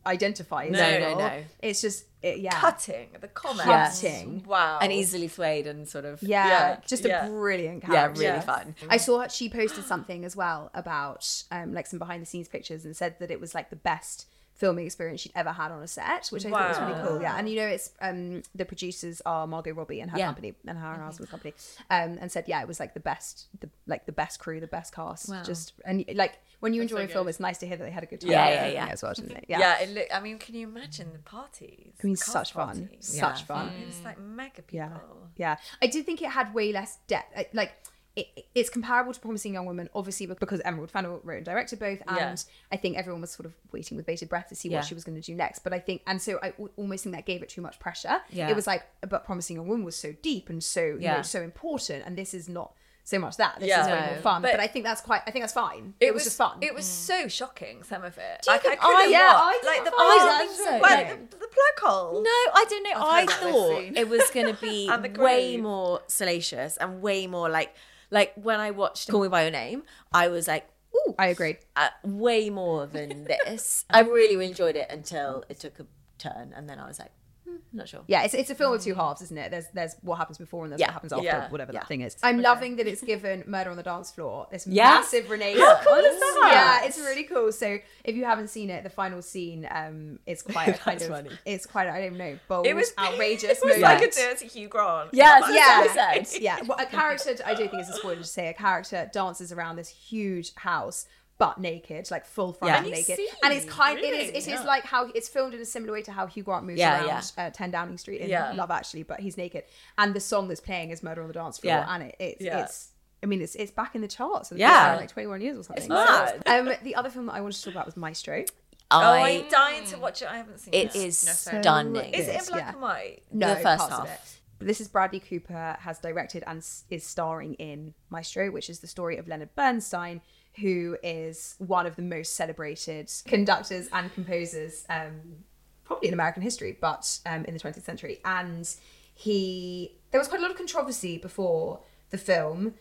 [SPEAKER 3] identify as
[SPEAKER 4] Mm. No, no,
[SPEAKER 3] evil.
[SPEAKER 4] no.
[SPEAKER 3] It's just it, yeah,
[SPEAKER 6] Cutting, the comments.
[SPEAKER 3] Cutting.
[SPEAKER 6] Wow.
[SPEAKER 4] And easily swayed and sort of
[SPEAKER 3] Yeah,
[SPEAKER 6] Yeah,
[SPEAKER 3] just a
[SPEAKER 6] yeah.
[SPEAKER 3] brilliant
[SPEAKER 4] Yeah,
[SPEAKER 3] character.
[SPEAKER 4] really fun.
[SPEAKER 3] I saw her, she posted something as well about um, like some behind the scenes pictures and said that it was like the best filming experience she'd ever had on a set, which I thought was really cool. Yeah, and you know, it's um, the producers are Margot Robbie and her
[SPEAKER 4] Yeah. Mm-hmm.
[SPEAKER 3] company and her and Osmond company, um, and said yeah, it was like the best, the like the best crew, the best cast. Just and like when you enjoy a film, it's nice to hear that they had a good time.
[SPEAKER 4] Yeah,
[SPEAKER 3] and
[SPEAKER 4] yeah,
[SPEAKER 3] everything
[SPEAKER 4] yeah.
[SPEAKER 3] as well, didn't they?
[SPEAKER 6] Yeah.
[SPEAKER 3] Yeah.
[SPEAKER 6] it look, I mean, can you imagine the parties?
[SPEAKER 3] I mean,
[SPEAKER 6] Cast
[SPEAKER 3] such fun,
[SPEAKER 6] parties.
[SPEAKER 3] such
[SPEAKER 4] Yeah. Mm.
[SPEAKER 3] fun. Oh.
[SPEAKER 6] It was like mega people.
[SPEAKER 3] Yeah, yeah. I did think it had way less depth. I- Like it, it's comparable to Promising Young Woman, obviously because Emerald Fennell wrote and directed both, and
[SPEAKER 4] Yeah.
[SPEAKER 3] I think everyone was sort of waiting with bated breath to see
[SPEAKER 4] Yeah.
[SPEAKER 3] what she was going to do next. But I think, and so I al- almost think that gave it too much pressure.
[SPEAKER 4] Yeah.
[SPEAKER 3] It was like, but Promising Young Woman was so deep and so you
[SPEAKER 4] Yeah.
[SPEAKER 3] know, so important, and this is not so much that. This is
[SPEAKER 4] Yeah.
[SPEAKER 3] way more
[SPEAKER 4] No.
[SPEAKER 3] fun. But,
[SPEAKER 6] But-
[SPEAKER 3] I think that's quite. I think that's fine. It,
[SPEAKER 6] It,
[SPEAKER 3] was, just fun.
[SPEAKER 6] It was so shocking, some of it.
[SPEAKER 4] Mm. you think I-
[SPEAKER 6] couldn't
[SPEAKER 3] yeah,
[SPEAKER 6] watch-
[SPEAKER 3] I
[SPEAKER 6] like
[SPEAKER 3] didn't
[SPEAKER 6] the
[SPEAKER 3] find
[SPEAKER 6] I
[SPEAKER 3] that
[SPEAKER 6] think
[SPEAKER 3] so.
[SPEAKER 6] like
[SPEAKER 4] Yeah.
[SPEAKER 6] the, the plug hole.
[SPEAKER 4] No, I don't know. I
[SPEAKER 5] I've heard about this
[SPEAKER 4] thought
[SPEAKER 5] scene.
[SPEAKER 4] it was going to be
[SPEAKER 6] And the
[SPEAKER 4] way
[SPEAKER 6] grave.
[SPEAKER 4] more salacious and way more like like when I watched Call Me by Your Name, I was like, ooh,
[SPEAKER 3] I agree.
[SPEAKER 4] uh, way more than this. I really enjoyed it until it took a turn, and then I was like, hmm, not sure.
[SPEAKER 3] Yeah, it's, it's a film with two halves, isn't it? There's there's what happens before and there's
[SPEAKER 4] Yeah.
[SPEAKER 3] what happens after,
[SPEAKER 4] Yeah.
[SPEAKER 3] whatever
[SPEAKER 4] Yeah.
[SPEAKER 3] that thing is. I'm loving that it's given Murder on the Dance Floor this
[SPEAKER 4] Yeah.
[SPEAKER 3] massive renaissance. How cool is that? Yeah, it's really cool. So if you haven't seen it, the final scene um is quite a kind
[SPEAKER 4] That's
[SPEAKER 3] of
[SPEAKER 4] funny.
[SPEAKER 3] it's quite I don't know bold,
[SPEAKER 6] It was
[SPEAKER 3] outrageous.
[SPEAKER 6] It was
[SPEAKER 3] moment.
[SPEAKER 6] like a dirty Hugh Grant.
[SPEAKER 4] Yes,
[SPEAKER 3] yeah, yeah. Well, a character. I don't think it's a spoiler to say a character dances around this huge house, but naked, like full
[SPEAKER 4] Yeah.
[SPEAKER 3] front
[SPEAKER 4] And you
[SPEAKER 3] naked,
[SPEAKER 6] see,
[SPEAKER 3] and it's kind. It is.
[SPEAKER 6] really,
[SPEAKER 3] It is
[SPEAKER 6] yeah.
[SPEAKER 3] like how it's filmed in a similar way to how Hugh Grant moves
[SPEAKER 4] Yeah,
[SPEAKER 3] around Uh, Ten Downing Street in
[SPEAKER 4] Yeah.
[SPEAKER 3] Love Actually, but he's naked, and the song that's playing is Murder on the Dance Floor,
[SPEAKER 4] Yeah.
[SPEAKER 3] and it, it's
[SPEAKER 4] Yeah.
[SPEAKER 3] it's. I mean, it's it's back in the charts. for the
[SPEAKER 4] Yeah.
[SPEAKER 3] first time in like twenty one years or something. It's
[SPEAKER 4] mad.
[SPEAKER 3] Um, the other film that I wanted to talk about was Maestro.
[SPEAKER 6] Oh,
[SPEAKER 4] I,
[SPEAKER 6] I'm dying to watch it. I haven't seen
[SPEAKER 4] Mm. it
[SPEAKER 6] it.
[SPEAKER 4] is
[SPEAKER 5] same.
[SPEAKER 4] stunning.
[SPEAKER 6] Is it in
[SPEAKER 3] good,
[SPEAKER 6] black
[SPEAKER 3] yeah.
[SPEAKER 6] and white?
[SPEAKER 3] No,
[SPEAKER 4] The first
[SPEAKER 3] parts of
[SPEAKER 4] half.
[SPEAKER 3] it. This is Bradley Cooper has directed and s- is starring in Maestro, which is the story of Leonard Bernstein, who is one of the most celebrated conductors and composers, um, probably in American history, but um, in the 20th century. And he, there was quite a lot of controversy before the film.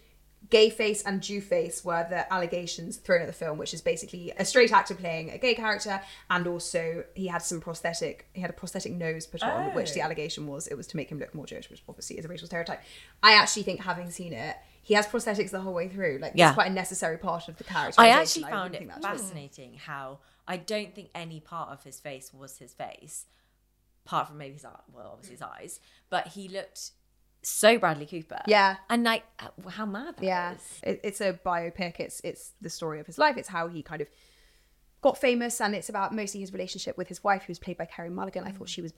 [SPEAKER 3] Gay face and Jew face were the allegations thrown at the film, which is basically a straight actor playing a gay character, and also he had some prosthetic, he had a prosthetic nose put on, which
[SPEAKER 4] Oh.
[SPEAKER 3] the allegation was it was to make him look more Jewish, which obviously is a racial stereotype. I actually think, having seen it, he has prosthetics the whole way through. Like,
[SPEAKER 4] Yeah.
[SPEAKER 3] it's quite a necessary part of the character.
[SPEAKER 4] I actually found it
[SPEAKER 3] think that's true.
[SPEAKER 4] fascinating how I don't think any part of his face was his face, apart from maybe his eye, well, obviously his eyes, but he looked so Bradley Cooper.
[SPEAKER 3] Yeah.
[SPEAKER 4] And like, uh, how mad that
[SPEAKER 3] Yeah,
[SPEAKER 4] is.
[SPEAKER 3] it, it's a biopic. It's it's the story of his life. It's how he kind of got famous, and it's about mostly his relationship with his wife, who was played by Carrie Mulligan. I thought she was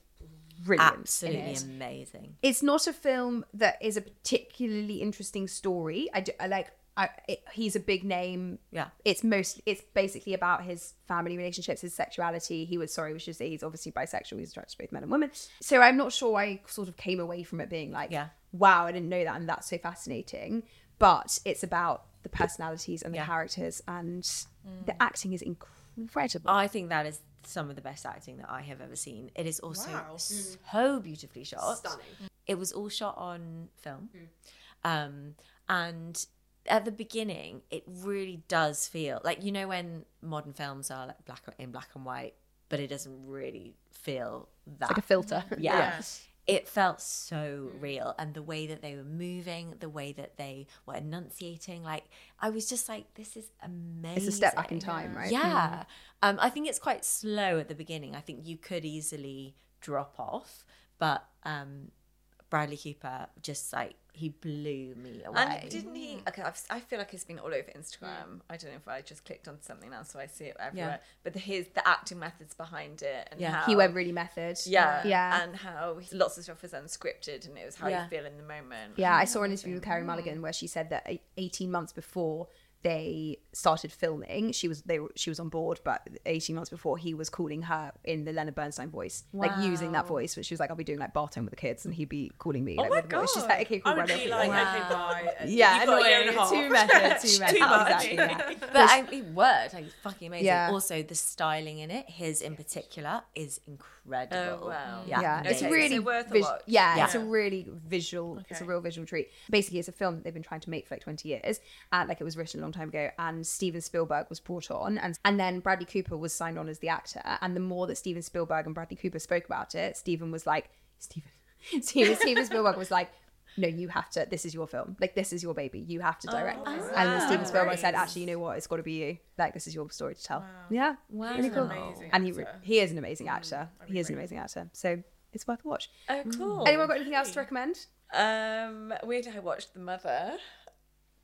[SPEAKER 3] brilliant. in
[SPEAKER 4] Absolutely
[SPEAKER 3] it.
[SPEAKER 4] amazing.
[SPEAKER 3] It's not a film that is a particularly interesting story. I, do, I like. I, it, he's a big name.
[SPEAKER 4] Yeah.
[SPEAKER 3] It's most. It's basically about his family relationships, his sexuality. He was sorry, we should say he's obviously bisexual. He's attracted to both men and women. So I'm not sure I sort of came away from it being like,
[SPEAKER 4] Yeah.
[SPEAKER 3] wow, I didn't know that, and that's so fascinating. But it's about the personalities and the characters, and
[SPEAKER 4] Mm.
[SPEAKER 3] the acting is incredible.
[SPEAKER 4] I think that is some of the best acting that I have ever seen. It is also so beautifully shot. Stunning. It was all shot on film. Um, and at the beginning, it really does feel like you know when modern films are like black in black and white, but it doesn't really feel that
[SPEAKER 3] like a filter.
[SPEAKER 4] yeah. It felt so real. And the way that they were moving, the way that they were enunciating, like, I was just like, this is amazing.
[SPEAKER 3] It's a step back in time, right?
[SPEAKER 4] Yeah. Um, I think it's quite slow at the beginning. I think you could easily drop off, but um, Bradley Cooper just like, he blew me away.
[SPEAKER 6] And didn't he?
[SPEAKER 4] Mm.
[SPEAKER 6] Okay, I've, I feel like it's been all over Instagram. I don't know if I just clicked on something else, so I see it everywhere. But the, his the acting methods behind it, and
[SPEAKER 4] Yeah.
[SPEAKER 6] how,
[SPEAKER 3] he went really method.
[SPEAKER 6] yeah,
[SPEAKER 3] yeah.
[SPEAKER 6] and how he- lots of stuff was unscripted, and it was how
[SPEAKER 4] Yeah.
[SPEAKER 6] you feel in the moment.
[SPEAKER 3] Yeah, I saw an interview with Carrie Mulligan where she said that a- 18 months before they started filming, she was they were, she was on board, but 18 months before he was calling her in the Leonard Bernstein voice, like using that voice, which she was like, "I'll be doing like bartend with the kids," and he'd be calling me. like,
[SPEAKER 6] my
[SPEAKER 3] with the voice. She's like, "Okay, cool,
[SPEAKER 5] Oh I would
[SPEAKER 3] right
[SPEAKER 5] be
[SPEAKER 3] over
[SPEAKER 5] like,
[SPEAKER 3] here."
[SPEAKER 5] okay, bye.
[SPEAKER 3] Yeah,
[SPEAKER 5] You've got a year and a half.
[SPEAKER 3] annoying. Two methods, two methods.
[SPEAKER 5] Too much.
[SPEAKER 3] Exactly, yeah.
[SPEAKER 4] But I mean, word, like, fucking amazing.
[SPEAKER 3] Yeah.
[SPEAKER 4] Also, the styling in it, his in particular, is incredible.
[SPEAKER 6] Oh, wow.
[SPEAKER 4] Yeah,
[SPEAKER 3] yeah, it's
[SPEAKER 4] amazing.
[SPEAKER 3] really
[SPEAKER 6] so worth a
[SPEAKER 3] vis-
[SPEAKER 6] watch.
[SPEAKER 3] Yeah,
[SPEAKER 4] Yeah.
[SPEAKER 3] it's a really visual. It's a
[SPEAKER 5] Okay.
[SPEAKER 3] real visual treat. Basically, it's a film that they've been trying to make for like twenty years, and like it was written a long time ago. And Steven Spielberg was brought on, and and then Bradley Cooper was signed on as the actor. And the more that Steven Spielberg and Bradley Cooper spoke about it, Steven was like, Steven, Steven, Steven Spielberg was like. No, you have to. This is your film. Like this is your baby. You have to direct this.
[SPEAKER 6] Oh,
[SPEAKER 3] And then Steven Spielberg said, "Actually, you know what? It's got to be you. Like this is your story to tell." Yeah, wow. really cool. And he re- he is an
[SPEAKER 6] Mm,
[SPEAKER 3] amazing actor. he is an amazing actor. So it's worth a watch.
[SPEAKER 6] Oh, cool.
[SPEAKER 3] Anyone got anything else to recommend?
[SPEAKER 6] Um, weirdly, I watched The Mother.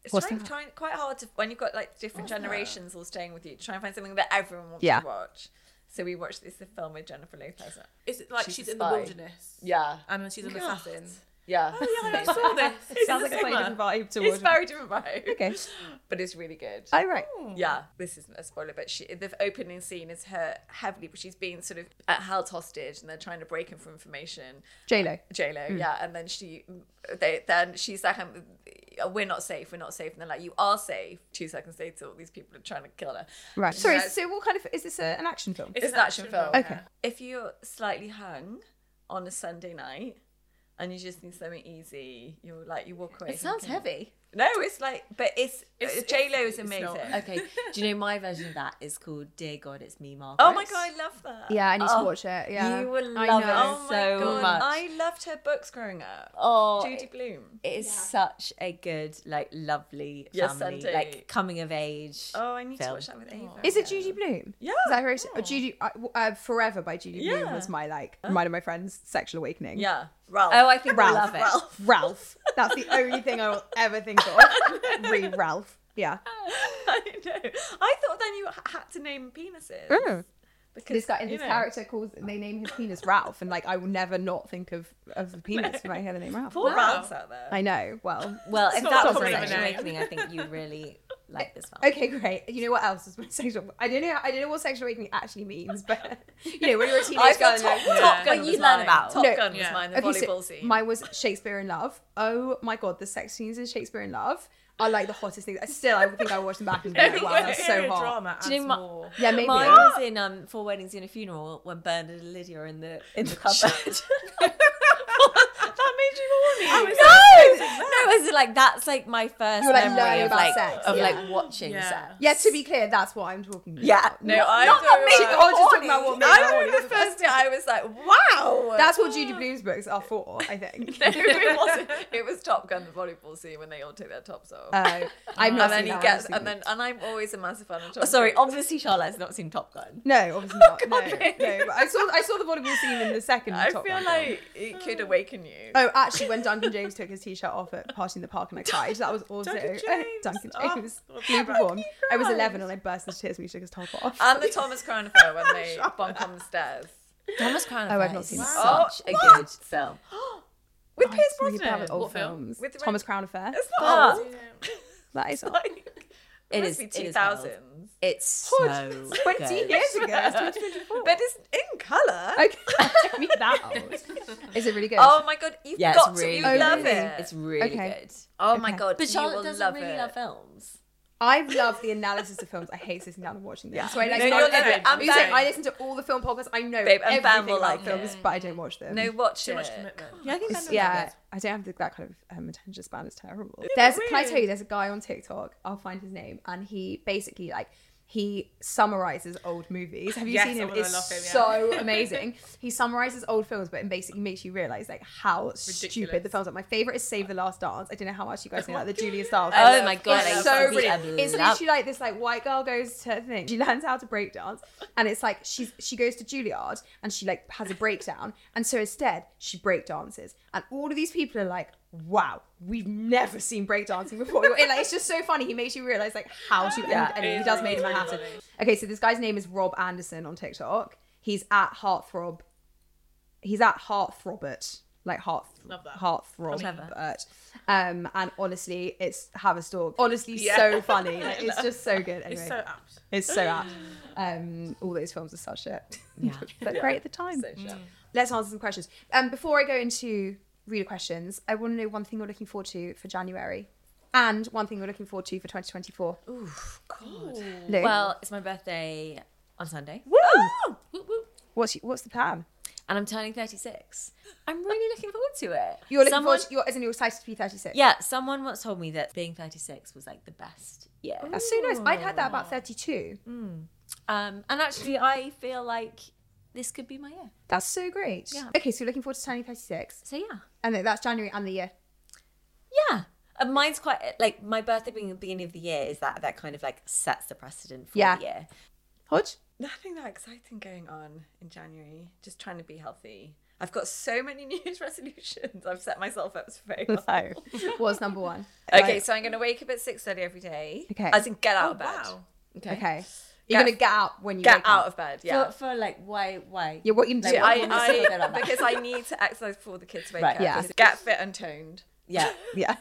[SPEAKER 6] It's
[SPEAKER 3] What's
[SPEAKER 6] trying,
[SPEAKER 3] that?
[SPEAKER 6] trying- quite hard to when you've got like different generations all staying with you to try and find something that everyone wants
[SPEAKER 3] Yeah.
[SPEAKER 6] to watch. So we watched this film with Jennifer Lopez.
[SPEAKER 5] Is it like
[SPEAKER 6] She's
[SPEAKER 5] she's,
[SPEAKER 6] a
[SPEAKER 5] in the
[SPEAKER 6] spy.
[SPEAKER 5] wilderness?
[SPEAKER 6] Yeah.
[SPEAKER 5] And then she's an assassin.
[SPEAKER 6] Yeah.
[SPEAKER 5] Oh, yeah, I saw this. It's
[SPEAKER 6] Sounds
[SPEAKER 5] the
[SPEAKER 6] like a slightly
[SPEAKER 5] same
[SPEAKER 6] different
[SPEAKER 5] one.
[SPEAKER 6] vibe to
[SPEAKER 4] It's
[SPEAKER 6] It's very different vibe.
[SPEAKER 4] Okay.
[SPEAKER 6] But it's really good.
[SPEAKER 4] Oh, right.
[SPEAKER 6] yeah, this isn't a spoiler, but she the opening scene is her heavily, but she's being sort of uh, held hostage, and they're trying to break him for information.
[SPEAKER 3] J Lo.
[SPEAKER 6] J Lo, yeah, and then she, they, then she's like, um, "We're not safe. We're not safe." And they're like, "You are safe." Two seconds later, all these people are trying to kill her.
[SPEAKER 3] Right. Sorry.
[SPEAKER 6] Yeah.
[SPEAKER 3] So, what kind of is this a, an action film?
[SPEAKER 6] It's, an action, film.
[SPEAKER 3] Okay.
[SPEAKER 6] If you're slightly hung on a Sunday night and you just need something easy, you're like you walk away.
[SPEAKER 4] It sounds
[SPEAKER 6] thinking-
[SPEAKER 4] heavy.
[SPEAKER 6] No, it's like, but it's,
[SPEAKER 5] It's-
[SPEAKER 6] J Lo
[SPEAKER 5] it's-
[SPEAKER 6] is
[SPEAKER 5] it's
[SPEAKER 6] amazing.
[SPEAKER 5] not.
[SPEAKER 4] Okay. Do you know my version of that is called Dear God, It's Me, Margaret?
[SPEAKER 6] Oh my god, I love that.
[SPEAKER 3] Yeah, I need to
[SPEAKER 6] Oh,
[SPEAKER 3] watch it. Yeah.
[SPEAKER 6] You will
[SPEAKER 3] I
[SPEAKER 6] love it
[SPEAKER 3] know.
[SPEAKER 6] oh
[SPEAKER 4] so
[SPEAKER 6] my god.
[SPEAKER 4] much.
[SPEAKER 6] I loved her books growing up.
[SPEAKER 4] Oh,
[SPEAKER 6] Judy
[SPEAKER 4] it-
[SPEAKER 6] Bloom.
[SPEAKER 4] It is such a good, like, lovely
[SPEAKER 6] Yeah,
[SPEAKER 4] family,
[SPEAKER 6] Sunday.
[SPEAKER 4] like coming of age.
[SPEAKER 6] Oh, I need
[SPEAKER 4] Film.
[SPEAKER 6] to watch that with Ava.
[SPEAKER 3] Is it Judy Bloom?
[SPEAKER 6] Yeah.
[SPEAKER 3] Is that her? Oh. Judy uh, uh, Forever by Judy Bloom
[SPEAKER 6] Yeah.
[SPEAKER 3] was my like mine and my friends' sexual awakening.
[SPEAKER 6] Yeah. Ralph.
[SPEAKER 4] Oh, I think I
[SPEAKER 3] Ralph.
[SPEAKER 4] love it.
[SPEAKER 6] Ralph.
[SPEAKER 3] Ralph. That's the only thing I will ever think of. Re Ralph. Yeah.
[SPEAKER 6] I know. I thought then you ha- had to name penises. Because
[SPEAKER 3] This guy,
[SPEAKER 6] you
[SPEAKER 3] this
[SPEAKER 6] know.
[SPEAKER 3] character calls. They name his penis Ralph, and like I will never not think of of the penis when I hear the name Ralph.
[SPEAKER 6] Poor Ralphs out there.
[SPEAKER 3] I know. Well,
[SPEAKER 4] Well, if
[SPEAKER 5] not
[SPEAKER 4] that
[SPEAKER 5] that
[SPEAKER 4] was an
[SPEAKER 5] common of a
[SPEAKER 4] sexual
[SPEAKER 5] name.
[SPEAKER 4] awakening, I think you really like this one.
[SPEAKER 3] okay, great. You know what else is my sexual? I don't know. I don't know what sexual awakening actually means, but you know, when you're a
[SPEAKER 6] I
[SPEAKER 3] teenage girl,
[SPEAKER 6] feel
[SPEAKER 3] and
[SPEAKER 6] Top,
[SPEAKER 3] you're like,
[SPEAKER 6] top
[SPEAKER 5] Yeah.
[SPEAKER 6] Gun
[SPEAKER 5] What
[SPEAKER 6] was
[SPEAKER 4] you learn
[SPEAKER 6] mine.
[SPEAKER 4] about.
[SPEAKER 6] Top
[SPEAKER 3] No.
[SPEAKER 6] Gun
[SPEAKER 5] Yeah.
[SPEAKER 6] was mine. The
[SPEAKER 3] Okay, so
[SPEAKER 6] volleyball scene.
[SPEAKER 3] Mine was Shakespeare in Love. Oh my god, the sex scenes in Shakespeare in Love are like the hottest things. I Still, I would think I would watch them back and be like, wow, that's so
[SPEAKER 5] Period
[SPEAKER 3] hot.
[SPEAKER 5] drama
[SPEAKER 4] Do you
[SPEAKER 5] adds
[SPEAKER 4] know my-
[SPEAKER 5] more.
[SPEAKER 3] Yeah, maybe.
[SPEAKER 4] Mine was in um, Four Weddings and a Funeral when Bernard and Lydia are in the in the cupboard.
[SPEAKER 6] that made you horny.
[SPEAKER 4] no, no, it's like that's like my first
[SPEAKER 3] You're, like,
[SPEAKER 4] memory
[SPEAKER 3] learning
[SPEAKER 4] of
[SPEAKER 3] about
[SPEAKER 4] like
[SPEAKER 3] sex.
[SPEAKER 4] of
[SPEAKER 3] Yeah.
[SPEAKER 4] like watching
[SPEAKER 5] Yeah.
[SPEAKER 4] sex.
[SPEAKER 3] Yeah, to be clear, that's what I'm talking about.
[SPEAKER 4] Yeah,
[SPEAKER 6] No, I
[SPEAKER 3] not
[SPEAKER 6] thought
[SPEAKER 3] that made
[SPEAKER 6] it
[SPEAKER 3] you
[SPEAKER 6] was
[SPEAKER 3] horny, talking about what made you
[SPEAKER 6] I
[SPEAKER 3] horny.
[SPEAKER 6] remember the first day I was like, wow.
[SPEAKER 3] That's what Judy Blue's books are for, I think.
[SPEAKER 6] no, it wasn't. It was Top Gun, the volleyball scene when they all take their tops off.
[SPEAKER 3] Oh, I've not
[SPEAKER 6] and then
[SPEAKER 3] seen
[SPEAKER 6] he
[SPEAKER 3] that,
[SPEAKER 6] gets,
[SPEAKER 3] I've
[SPEAKER 6] and then, and I'm always a massive fan of Top
[SPEAKER 4] Oh, sorry,
[SPEAKER 6] Cruise.
[SPEAKER 4] obviously Charlotte's not seen Top Gun.
[SPEAKER 3] No, obviously not. No, no. But I saw I saw the volleyball scene in the second.
[SPEAKER 6] Oh, I
[SPEAKER 3] Top
[SPEAKER 6] feel
[SPEAKER 3] Gun.
[SPEAKER 6] like it could awaken you.
[SPEAKER 3] Oh, actually, when Duncan James took his t-shirt off at Party in the Park and I cried, that was also
[SPEAKER 5] Duncan James.
[SPEAKER 3] Duncan
[SPEAKER 5] Oh,
[SPEAKER 3] James.
[SPEAKER 5] what
[SPEAKER 3] Blue
[SPEAKER 5] the fuck?
[SPEAKER 3] performed.
[SPEAKER 5] He
[SPEAKER 3] I was
[SPEAKER 5] cried.
[SPEAKER 3] 11 and I burst into tears when he took his top off.
[SPEAKER 6] And the Thomas Crown affair when they bump on the stairs.
[SPEAKER 4] Thomas Crown.
[SPEAKER 3] Oh, I've
[SPEAKER 4] Affair
[SPEAKER 3] not
[SPEAKER 4] is
[SPEAKER 3] seen that.
[SPEAKER 6] Wow.
[SPEAKER 4] such a
[SPEAKER 6] What?
[SPEAKER 4] good film.
[SPEAKER 6] With Pierce
[SPEAKER 3] really bad
[SPEAKER 6] Brosnan.
[SPEAKER 3] with old
[SPEAKER 5] What film?
[SPEAKER 3] films.
[SPEAKER 6] With the red-
[SPEAKER 3] Thomas Crown Affair.
[SPEAKER 6] It's not old.
[SPEAKER 3] That is old.
[SPEAKER 6] Like, it
[SPEAKER 4] It
[SPEAKER 6] must
[SPEAKER 4] is
[SPEAKER 6] be
[SPEAKER 4] it is
[SPEAKER 6] 2000s.
[SPEAKER 4] wild. It's
[SPEAKER 3] God,
[SPEAKER 4] so
[SPEAKER 3] 20
[SPEAKER 4] good.
[SPEAKER 3] years ago. It's 2024.
[SPEAKER 6] but it's in colour.
[SPEAKER 3] Okay, don't be that old. Is it really good?
[SPEAKER 6] Oh my god, you've
[SPEAKER 4] Yeah,
[SPEAKER 6] got
[SPEAKER 4] it's really
[SPEAKER 6] to. You
[SPEAKER 4] good.
[SPEAKER 6] love
[SPEAKER 3] really?
[SPEAKER 6] it.
[SPEAKER 4] It's really
[SPEAKER 3] Okay.
[SPEAKER 4] good.
[SPEAKER 6] oh my god,
[SPEAKER 4] But
[SPEAKER 6] you
[SPEAKER 4] Charlotte
[SPEAKER 6] will
[SPEAKER 4] doesn't
[SPEAKER 6] love
[SPEAKER 4] really
[SPEAKER 6] it.
[SPEAKER 4] love films.
[SPEAKER 3] I've loved the analysis of films. I hate sitting down and watching them. So I like
[SPEAKER 6] No,
[SPEAKER 3] know
[SPEAKER 6] you're
[SPEAKER 3] every-
[SPEAKER 6] good. I'm
[SPEAKER 3] you say,
[SPEAKER 6] back.
[SPEAKER 3] I listen to all the film podcasts. I know
[SPEAKER 6] Babe, I'm
[SPEAKER 3] everything
[SPEAKER 6] back, we'll
[SPEAKER 3] about
[SPEAKER 6] like
[SPEAKER 3] films, but I don't watch them.
[SPEAKER 6] No, watch
[SPEAKER 5] Too
[SPEAKER 6] it.
[SPEAKER 5] much commitment.
[SPEAKER 4] Yeah, I think
[SPEAKER 3] It's- yeah, I don't have the, that kind of um, attention span. It's terrible. there's, can I tell you? There's a guy on TikTok. I'll find his name, and he basically like he summarizes old movies. Have you
[SPEAKER 5] Yes,
[SPEAKER 3] seen him?
[SPEAKER 5] oh, I
[SPEAKER 3] It's
[SPEAKER 5] love him, yeah.
[SPEAKER 3] so amazing. He summarizes old films, but it basically makes you realize like how stupid the films are. My favorite is Save the Last Dance. I don't know how much you guys know that. The Julia Stiles.
[SPEAKER 4] Oh
[SPEAKER 3] film.
[SPEAKER 4] my God, I
[SPEAKER 3] it's
[SPEAKER 4] love
[SPEAKER 3] so
[SPEAKER 4] it.
[SPEAKER 3] brilliant.
[SPEAKER 4] I
[SPEAKER 3] It's
[SPEAKER 4] love-
[SPEAKER 3] literally like this like white girl goes to a thing. She learns how to break dance, and it's like she's she goes to Juilliard and she like has a breakdown, and so instead she break dances, and all of these people are like. Wow, we've never seen breakdancing before. It, like, it's just so funny. He makes you realize like how she and, and he does made in Manhattan. Okay, so this guy's name is Rob Anderson on TikTok. He's at Heartthrob he's at Heartthrobbert, like Heart
[SPEAKER 5] Love that.
[SPEAKER 3] Heartthrobbert. Um, and honestly, it's have a stalk. Honestly, so funny. Like, it's just so good. Anyway,
[SPEAKER 5] It's so apt.
[SPEAKER 3] it's so apt. Um, all those films are such shit,
[SPEAKER 4] Yeah. Mm.
[SPEAKER 3] but great at the time. Let's answer some questions. Um, before I go into reader questions, I want to know one thing you're looking forward to for January. And one thing you're looking forward to for 2024. Ooh, God. Lou,
[SPEAKER 4] Well, it's my birthday on Sunday.
[SPEAKER 3] what's, what's the plan?
[SPEAKER 4] and I'm turning 36. I'm really looking forward to it.
[SPEAKER 3] You're looking
[SPEAKER 4] someone,
[SPEAKER 3] forward to, you're, as in you're excited to be 36?
[SPEAKER 4] Yeah, someone once told me that being 36 was like the best. Yeah.
[SPEAKER 3] That's so nice. I'd heard that about 32.
[SPEAKER 4] Um, and actually, I feel like this could be my year.
[SPEAKER 3] That's so great.
[SPEAKER 4] Yeah.
[SPEAKER 3] Okay, so you're looking forward to turning 36.
[SPEAKER 4] So yeah,
[SPEAKER 3] And then that's January and the year.
[SPEAKER 4] yeah. And mine's quite like my birthday being the beginning of the year is that that kind of like sets the precedent for
[SPEAKER 3] Yeah.
[SPEAKER 4] the year.
[SPEAKER 3] Hodge?
[SPEAKER 6] Nothing that exciting going on in January. Just trying to be healthy. I've got so many New Year's resolutions. I've set myself up for failure.
[SPEAKER 3] What's number one?
[SPEAKER 6] Okay,
[SPEAKER 3] Right.
[SPEAKER 6] so I'm going to wake up at 6.30 every day.
[SPEAKER 3] Okay.
[SPEAKER 6] As in get out of bed.
[SPEAKER 5] Wow.
[SPEAKER 3] Okay. You're gonna get out when you
[SPEAKER 6] Get
[SPEAKER 3] wake
[SPEAKER 6] out
[SPEAKER 3] Up.
[SPEAKER 6] of bed. Yeah.
[SPEAKER 4] For, for like why why?
[SPEAKER 3] Yeah, what you do?
[SPEAKER 4] Like, what
[SPEAKER 6] I,
[SPEAKER 4] woman is gonna go
[SPEAKER 6] I,
[SPEAKER 4] like that?
[SPEAKER 6] because I need to exercise before the kids wake
[SPEAKER 4] Right,
[SPEAKER 6] up.
[SPEAKER 3] yeah.
[SPEAKER 6] Just Get fit and toned.
[SPEAKER 4] yeah.
[SPEAKER 3] yeah,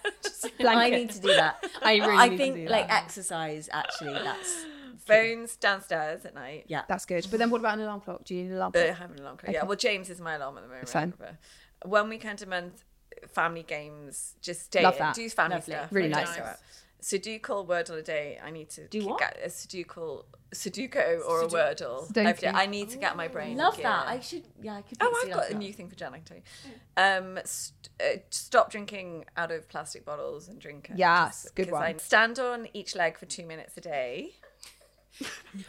[SPEAKER 4] I need to do that.
[SPEAKER 3] I uh, really
[SPEAKER 4] I
[SPEAKER 3] need to
[SPEAKER 4] think
[SPEAKER 3] do
[SPEAKER 4] like
[SPEAKER 3] that.
[SPEAKER 4] exercise actually that's
[SPEAKER 6] Phones downstairs at night.
[SPEAKER 4] yeah.
[SPEAKER 3] that's good. But then what about an alarm clock? Do you need an alarm
[SPEAKER 6] But
[SPEAKER 3] clock?
[SPEAKER 6] I have an alarm clock. Yeah. Well, James is my alarm at the moment.
[SPEAKER 3] Fine.
[SPEAKER 6] but One weekend a month, family games, just dating.
[SPEAKER 3] Love that.
[SPEAKER 6] Do family
[SPEAKER 4] Lovely.
[SPEAKER 6] stuff.
[SPEAKER 3] Really
[SPEAKER 6] like,
[SPEAKER 3] nice.
[SPEAKER 6] just Sudoku word on a day. I need to
[SPEAKER 4] Do what?
[SPEAKER 6] get a Sudoku, Sudoku or a Wordle.
[SPEAKER 3] Sudoku.
[SPEAKER 6] every day. I need to get my brain.
[SPEAKER 4] Love that.
[SPEAKER 6] geared.
[SPEAKER 4] I should yeah, I could
[SPEAKER 6] Oh,
[SPEAKER 4] see
[SPEAKER 6] I've got a new thing for Jan. I can tell you. Um, st- uh, stop drinking out of plastic bottles and drink. it.
[SPEAKER 3] Yes,
[SPEAKER 6] Just
[SPEAKER 3] good
[SPEAKER 6] 'cause I
[SPEAKER 3] one.
[SPEAKER 6] stand on each leg for two minutes a day.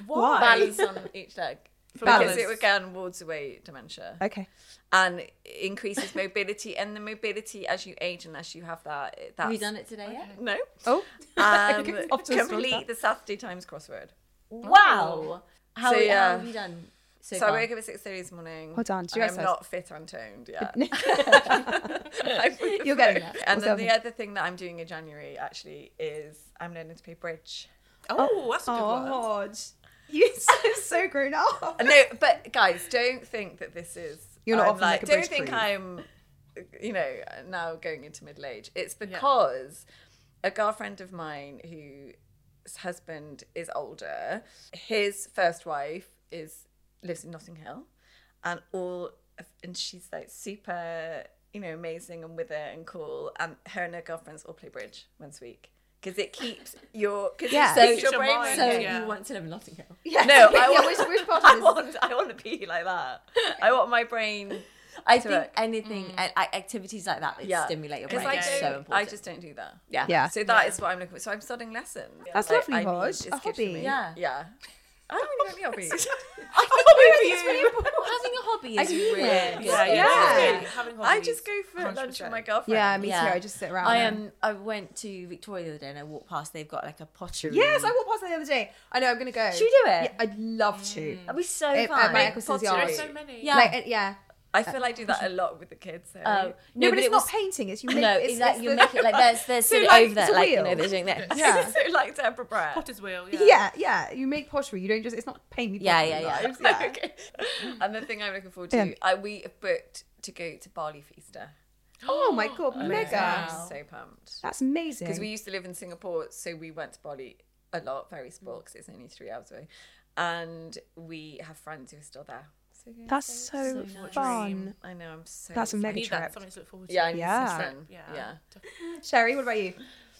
[SPEAKER 5] Why?
[SPEAKER 6] Balance on each leg.
[SPEAKER 5] Balance.
[SPEAKER 6] Because it again wards away dementia
[SPEAKER 3] Okay.
[SPEAKER 6] and increases mobility. And the mobility as you age, unless you have that, that's
[SPEAKER 4] Have you done it today yet?
[SPEAKER 6] No.
[SPEAKER 3] Oh,
[SPEAKER 6] Um,
[SPEAKER 3] Off to a strong
[SPEAKER 6] complete
[SPEAKER 3] start.
[SPEAKER 6] the Saturday Times crossword.
[SPEAKER 4] Wow. How,
[SPEAKER 6] So,
[SPEAKER 4] how
[SPEAKER 6] yeah.
[SPEAKER 4] have you done so,
[SPEAKER 6] So,
[SPEAKER 4] far?
[SPEAKER 6] I woke up at six thirty this morning.
[SPEAKER 3] Hold on, do you
[SPEAKER 6] I'm
[SPEAKER 3] exercise?
[SPEAKER 6] not fit and toned yet.
[SPEAKER 3] You're getting there.
[SPEAKER 6] And
[SPEAKER 3] What's
[SPEAKER 6] then
[SPEAKER 3] the
[SPEAKER 6] the other thing that I'm doing in January actually is I'm learning to play bridge.
[SPEAKER 5] Oh, that's a good one.
[SPEAKER 3] You're so, so grown up.
[SPEAKER 6] Uh, No, but guys, don't think that this is.
[SPEAKER 3] You're not
[SPEAKER 6] I'm
[SPEAKER 3] off the neck of
[SPEAKER 6] don't
[SPEAKER 3] bridge
[SPEAKER 6] think
[SPEAKER 3] crew.
[SPEAKER 6] I'm, you know, now going into middle age. It's because a girlfriend of mine whose husband is older, his first wife is lives in Notting Hill, and all, of- and she's like super, you know, amazing and with it and cool, and her and her girlfriends all play bridge once a week. Because it keeps your because
[SPEAKER 3] Yeah.
[SPEAKER 6] it keeps
[SPEAKER 5] Keeps
[SPEAKER 6] your,
[SPEAKER 5] your
[SPEAKER 6] brain
[SPEAKER 5] mind,
[SPEAKER 4] so
[SPEAKER 6] working.
[SPEAKER 5] yeah.
[SPEAKER 4] you want to live in Notting Hill.
[SPEAKER 3] Yeah.
[SPEAKER 6] No, I
[SPEAKER 3] yeah,
[SPEAKER 6] want-
[SPEAKER 3] which, which part
[SPEAKER 6] I
[SPEAKER 3] of this?
[SPEAKER 6] want, I want to be like that. I want my brain.
[SPEAKER 4] I think
[SPEAKER 6] work.
[SPEAKER 4] anything a- a- activities like that that
[SPEAKER 6] Yeah.
[SPEAKER 4] stimulate your
[SPEAKER 6] 'Cause
[SPEAKER 4] brain
[SPEAKER 6] I
[SPEAKER 4] is
[SPEAKER 6] don't-
[SPEAKER 4] so important.
[SPEAKER 6] I just don't do that. Yeah.
[SPEAKER 3] Yeah.
[SPEAKER 6] So that is what I'm looking for. So I'm studying lessons.
[SPEAKER 3] That's lovely,
[SPEAKER 6] I
[SPEAKER 3] Hodge.
[SPEAKER 6] need- it's
[SPEAKER 3] A
[SPEAKER 6] good for
[SPEAKER 3] hobby.
[SPEAKER 6] me.
[SPEAKER 4] Yeah.
[SPEAKER 6] Yeah. I don't really have any hobbies.
[SPEAKER 4] having a hobby is really
[SPEAKER 5] Yeah, yeah.
[SPEAKER 3] Yeah.
[SPEAKER 5] it's good. Having
[SPEAKER 6] I
[SPEAKER 5] hobbies.
[SPEAKER 6] just go for lunch with
[SPEAKER 5] 100%.
[SPEAKER 6] my girlfriend.
[SPEAKER 3] Yeah, me
[SPEAKER 4] Yeah.
[SPEAKER 3] too. I just sit around.
[SPEAKER 4] I
[SPEAKER 3] there.
[SPEAKER 4] um I went to Victoria the other day and I walked past. They've got like a pottery.
[SPEAKER 3] Yes, I walked past that the other day. I know. I'm gonna go.
[SPEAKER 4] Should we do it?
[SPEAKER 3] Yeah, I'd love to.
[SPEAKER 4] That'd be so
[SPEAKER 3] It-
[SPEAKER 4] fun.
[SPEAKER 3] uh, my Eccleston's
[SPEAKER 5] There are
[SPEAKER 3] yard.
[SPEAKER 5] so many.
[SPEAKER 4] yeah.
[SPEAKER 3] Like, uh, yeah.
[SPEAKER 6] I feel I do that a lot with the kids. So.
[SPEAKER 4] Oh,
[SPEAKER 3] No, but, it's
[SPEAKER 4] it
[SPEAKER 3] not
[SPEAKER 4] was-
[SPEAKER 3] painting. It's you make.
[SPEAKER 4] No,
[SPEAKER 3] it's,
[SPEAKER 4] it's like
[SPEAKER 3] it's
[SPEAKER 4] you
[SPEAKER 3] the-
[SPEAKER 4] make it like there's there's
[SPEAKER 3] So,
[SPEAKER 4] sort of
[SPEAKER 3] like,
[SPEAKER 4] over
[SPEAKER 3] it's
[SPEAKER 4] there,
[SPEAKER 3] a
[SPEAKER 4] like you know
[SPEAKER 3] wheel.
[SPEAKER 4] they're doing this.
[SPEAKER 3] Yeah.
[SPEAKER 6] so like Deborah Brett.
[SPEAKER 5] Potter's wheel. Yeah.
[SPEAKER 3] Yeah, yeah. You make pottery. You don't just. It's not painting.
[SPEAKER 4] Yeah,
[SPEAKER 3] pottery
[SPEAKER 4] yeah, yeah.
[SPEAKER 3] knives, yeah.
[SPEAKER 6] okay. And the thing I'm looking forward to,
[SPEAKER 3] Yeah.
[SPEAKER 6] I, we have booked to go to Bali for Easter.
[SPEAKER 3] Oh my god, mega.
[SPEAKER 6] I'm so pumped.
[SPEAKER 3] That's amazing.
[SPEAKER 6] because we used to live in Singapore, so we went to Bali a lot, very small because it's only three hours away, and we have friends who are still there. So yeah,
[SPEAKER 3] That's so, fun.
[SPEAKER 6] I know I'm so.
[SPEAKER 3] That's a
[SPEAKER 5] I
[SPEAKER 3] mega
[SPEAKER 5] need that.
[SPEAKER 3] trip.
[SPEAKER 5] Something to look forward to.
[SPEAKER 6] Yeah, I need
[SPEAKER 3] Yeah.
[SPEAKER 6] some sun.
[SPEAKER 5] Yeah.
[SPEAKER 6] yeah.
[SPEAKER 3] Sherry, what about you?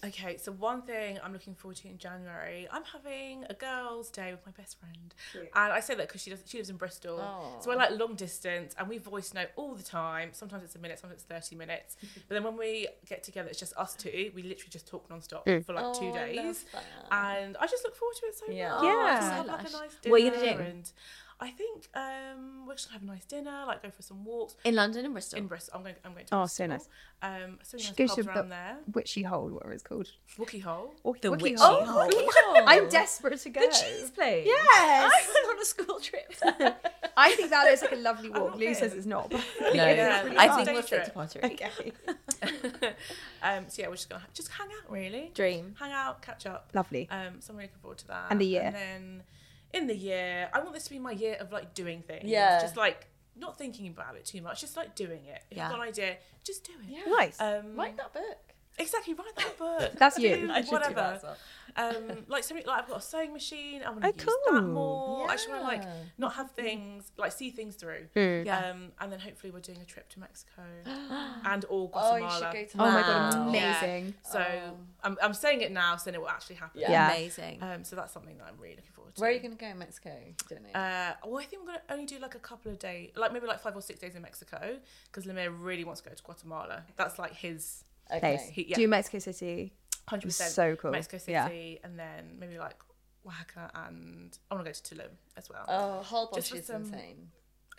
[SPEAKER 5] Okay, so one thing I'm looking forward to in January, I'm having a girls' day with my best friend, and I say that because she does. She lives in Bristol, so we're like long distance, and we voice note all the time. Sometimes it's a minute, sometimes it's thirty minutes. but then when we get together, it's just us two. We literally just talk non-stop
[SPEAKER 3] Mm.
[SPEAKER 5] for like two days, and I just look forward to it so
[SPEAKER 6] Yeah.
[SPEAKER 5] much.
[SPEAKER 3] Yeah.
[SPEAKER 5] Just have, like, a nice dinner.
[SPEAKER 4] What are you gonna do?
[SPEAKER 5] And I think um, we're just gonna have a nice dinner, like go for some walks
[SPEAKER 4] in London and Bristol.
[SPEAKER 5] in Bristol. I'm going. I'm going to.
[SPEAKER 3] Oh, so
[SPEAKER 5] Bristol. Um, so nice
[SPEAKER 3] Goes
[SPEAKER 5] pubs
[SPEAKER 3] to
[SPEAKER 5] around there.
[SPEAKER 3] witchy hole, whatever it's called.
[SPEAKER 5] Wookie Hole.
[SPEAKER 3] The witchy
[SPEAKER 4] hole.
[SPEAKER 3] I'm desperate to go.
[SPEAKER 6] Cheese place.
[SPEAKER 3] Yes.
[SPEAKER 6] I went on a school trip. there.
[SPEAKER 3] I think that looks like a lovely walk.
[SPEAKER 5] not
[SPEAKER 3] Lou
[SPEAKER 5] been.
[SPEAKER 3] says it's not. But
[SPEAKER 4] No,
[SPEAKER 5] Yeah.
[SPEAKER 4] I think
[SPEAKER 5] Day
[SPEAKER 4] we'll stick to
[SPEAKER 5] trip.
[SPEAKER 4] pottery.
[SPEAKER 3] okay.
[SPEAKER 5] um, so yeah, we're just gonna ha- just hang out really,
[SPEAKER 4] Dream.
[SPEAKER 5] hang out, catch up.
[SPEAKER 3] Lovely.
[SPEAKER 5] Um, so I'm really looking forward to that.
[SPEAKER 3] And the year.
[SPEAKER 5] And then in the year, I want this to be my year of like doing things.
[SPEAKER 6] Yeah.
[SPEAKER 5] Just like not thinking about it too much, just like doing it. If
[SPEAKER 4] Yeah.
[SPEAKER 5] you've got an idea, just do it.
[SPEAKER 3] Nice.
[SPEAKER 5] Um,
[SPEAKER 6] Write that book.
[SPEAKER 5] Exactly. Write that book.
[SPEAKER 3] That's you.
[SPEAKER 5] Do
[SPEAKER 6] I should do that
[SPEAKER 5] whatever.
[SPEAKER 6] as well.
[SPEAKER 5] Um, like something like I've got a sewing machine. I want to
[SPEAKER 3] Oh,
[SPEAKER 5] use
[SPEAKER 3] cool.
[SPEAKER 5] that more. I just want to like not have things like see things through.
[SPEAKER 3] Mm.
[SPEAKER 4] Yeah.
[SPEAKER 5] Um, and then hopefully we're doing a trip to Mexico and or
[SPEAKER 6] Oh,
[SPEAKER 5] Guatemala.
[SPEAKER 6] you should go to.
[SPEAKER 3] oh my god,
[SPEAKER 4] Wow.
[SPEAKER 3] amazing.
[SPEAKER 5] So I'm, I'm saying it now, so then it will actually happen.
[SPEAKER 6] Um, Yeah.
[SPEAKER 3] Yeah.
[SPEAKER 4] Amazing.
[SPEAKER 5] Um, so that's something that I'm really looking forward to.
[SPEAKER 6] Where are you going to go in Mexico? Don't know.
[SPEAKER 5] Uh, well, I think I'm gonna only do like a couple of days, like maybe like five or six days in Mexico, because Lemire really wants to go to Guatemala. That's like his.
[SPEAKER 3] Place.
[SPEAKER 6] okay.
[SPEAKER 5] He, yeah,
[SPEAKER 3] Do Mexico City.
[SPEAKER 5] hundred percent.
[SPEAKER 3] so cool.
[SPEAKER 5] Mexico City,
[SPEAKER 3] Yeah.
[SPEAKER 5] and then maybe like Oaxaca, and I want to go to Tulum as well.
[SPEAKER 6] Oh,
[SPEAKER 5] Just
[SPEAKER 6] Holbox
[SPEAKER 5] for
[SPEAKER 6] is
[SPEAKER 5] some-
[SPEAKER 6] insane.